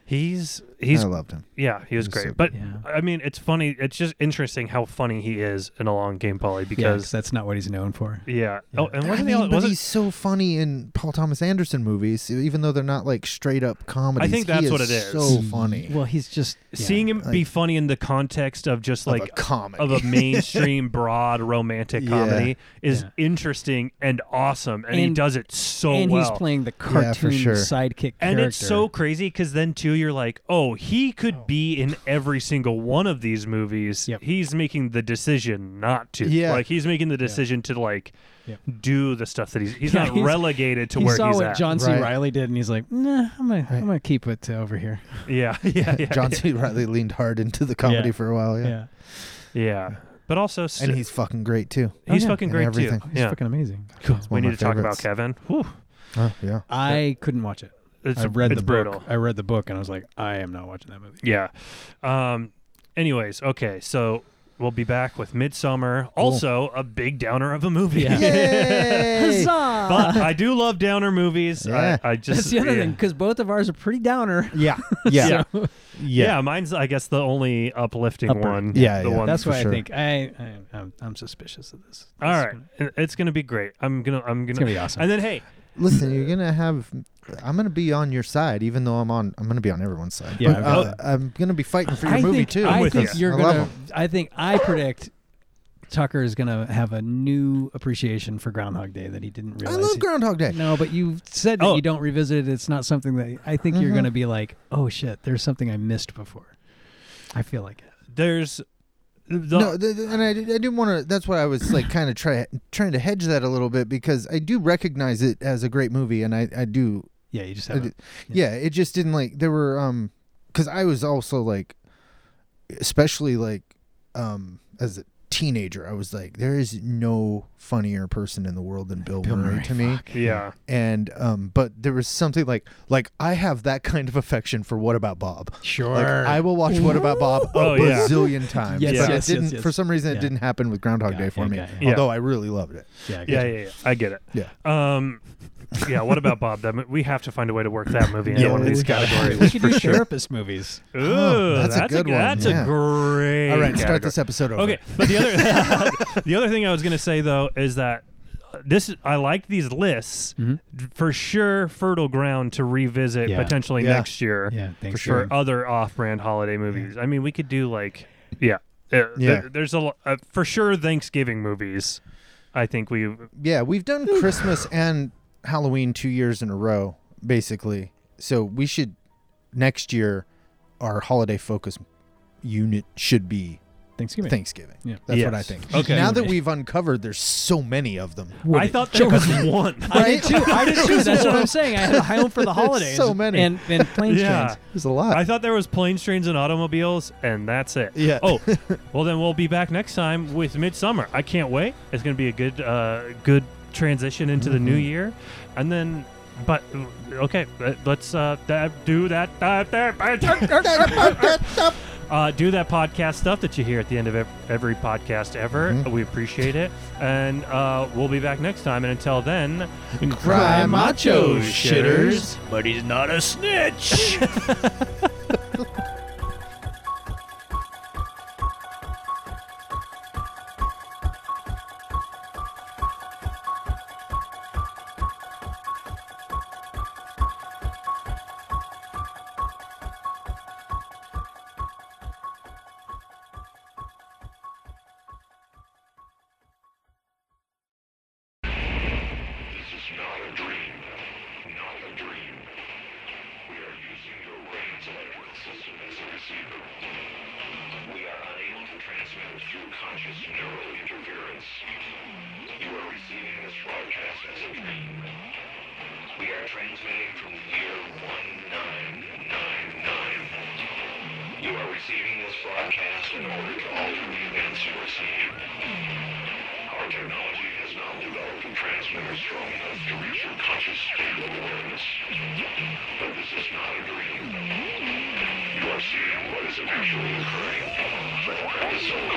He's he's
I loved him.
yeah, he was
He's so
great.
good.
but
Yeah.
I mean, it's funny. It's just interesting how funny he is in a long game Polly because
that's not what he's known for.
yeah. Oh, and
I
wasn't
mean,
he?
but
Wasn't,
he's so funny in Paul Thomas Anderson movies, e-, even though they're not like straight up comedies.
think
He
that's what it is.
So funny.
Well, he's just
seeing him be funny in the context of just
Of a
like
comedy.
of a
[LAUGHS]
mainstream broad romantic
Yeah.
comedy is
Yeah.
interesting and awesome and, he
And-
does it so
and
well.
he's playing the cartoon
Yeah, for sure.
sidekick
and
character.
it's so crazy because then too you're like oh he could be in every single one of these movies
Yep.
he's making the decision not to
Yeah.
like he's making the decision to like
Yep.
do the stuff that he's he's
Yeah,
not
he's-
relegated to
he
where
saw
he's
what
at
John C.
Right.
Riley did, and he's like, "Nah, I'm gonna, I'm gonna keep it to over here."
[LAUGHS]
[LAUGHS]
yeah yeah yeah,
John C. Riley leaned hard into the comedy
Yeah.
for a while, yeah.
[LAUGHS]
Yeah,
yeah. but also s-
And he's fucking great too.
Oh,
he's
yeah,
fucking
and
great
everything.
too
he's
yeah
fucking amazing.
we
one of
need
my
to talk about
favorites.
Kevin Whew.
Oh, yeah.
I couldn't watch it.
it's,
I read
it's
the
brutal
book. I read the book, and I was like, "I am not watching that movie."
yeah um anyways okay so we'll be back with midsummer also a big downer of a movie [LAUGHS]
Yeah. [LAUGHS]
Yay!
but I do love downer movies.
Uh. Yeah.
I, I just
That's the other
yeah.
thing, because both of ours are
[LAUGHS]
pretty downer.
Yeah.
[LAUGHS]
Yeah.
Yeah.
yeah.
Yeah. mine's I guess the only uplifting
Upper.
one.
Yeah,
the
yeah.
one.
That's
for
why
sure.
I think I, I I'm, I'm suspicious of this.
all
This-
right. It- It's gonna be great. I'm gonna. I'm gonna.
it's gonna be awesome.
And then hey,
Listen, you're gonna have. I'm gonna be on your side, even though I'm on. I'm gonna be on everyone's side.
Yeah,
But,
I've
uh, I'm gonna be fighting for your
I
movie
think,
too.
I'm
I
with
think
you.
you're
I love
gonna. I think I predict Tucker is gonna have a new appreciation for Groundhog Day that he didn't
I
realize.
love
he-
Groundhog Day.
No, but you said that
Oh.
you don't revisit it. It's not something that I think you're gonna be like, oh shit, there's something I missed before. I feel like it.
there's the,
No, th- th- and I, did- I didn't want to. That's why I was like kind of try, trying to hedge that a little bit because I do recognize it as a great movie, and I, I do.
Yeah, you just
I
have.
did- yeah. it just didn't like there were um, because I was also like, especially like um as a teenager, I was like, there is no funnier person in the world than Bill, Murray, to me.
yeah.
and um but there was something like like i have that kind of affection for what about bob
Sure.
like i will watch what about bob a
Oh, yeah.
bazillion times
Yes,
but
yes,
it didn't
yes, yes.
for some reason it
Yeah.
didn't happen with groundhog
Got
day
it,
for me
got it.
Yeah.
although i really loved it
yeah, I
Yeah,
guess.
yeah, yeah. I get it.
yeah
Um, yeah. What about Bob? That mo- we have to find a way to work that movie into
Yeah,
one of these
we gotta.
categories.
[LAUGHS] We should do therapist movies.
Ooh,
Oh,
that's,
that's a
a
good one,
That's a
yeah.
great.
all right start
category.
this episode over
Okay, but the
[LAUGHS]
other [LAUGHS] the other thing I was gonna say though is that this I like these lists for sure. Fertile ground to revisit
Mm-hmm. Yeah.
potentially
Yeah.
next year
Yeah,
for
for
thanks.
sure
other off-brand holiday movies. I mean, we could do like yeah, uh,
Yeah.
th- there's a lo- uh, for sure Thanksgiving movies. I think we
yeah we've done christmas and halloween two years in a row basically so we should next year our holiday focus unit should be
Thanksgiving.
Thanksgiving.
Yeah.
That's
Yes.
what I think.
Okay.
Now that we've uncovered, there's so many of them.
I thought there was one.
I did too.
[LAUGHS]
I did too. That's what I'm saying. I had a high hope for the
There's
holidays.
so many.
And, and [LAUGHS] plane
Yeah.
trains.
There's a lot.
I thought there was planes, trains, and automobiles, and that's it.
Yeah.
Oh, well then we'll be back next time with Midsummer. I can't wait. It's going to be a good, uh, good transition into the new year, and then. But okay, let- let's uh, that, do that. Uh, that- uh, do that podcast stuff that you hear at the end of ev- every podcast ever. We appreciate it, and uh, we'll be back next time. And until then,
Cry macho, shitters.
But he's not a snitch.
This is not a dream. Not a dream. We are using your brain's electrical system as a receiver. We are unable to transmit through conscious neural interference. You are receiving this broadcast as a dream. We are transmitting from year 1999. You are receiving this broadcast in order to alter the events you are seeing. Our technology has now developed a transmitter strong enough to reach your conscious state of awareness. But this is not a dream. You are seeing what is actually occurring. But that is so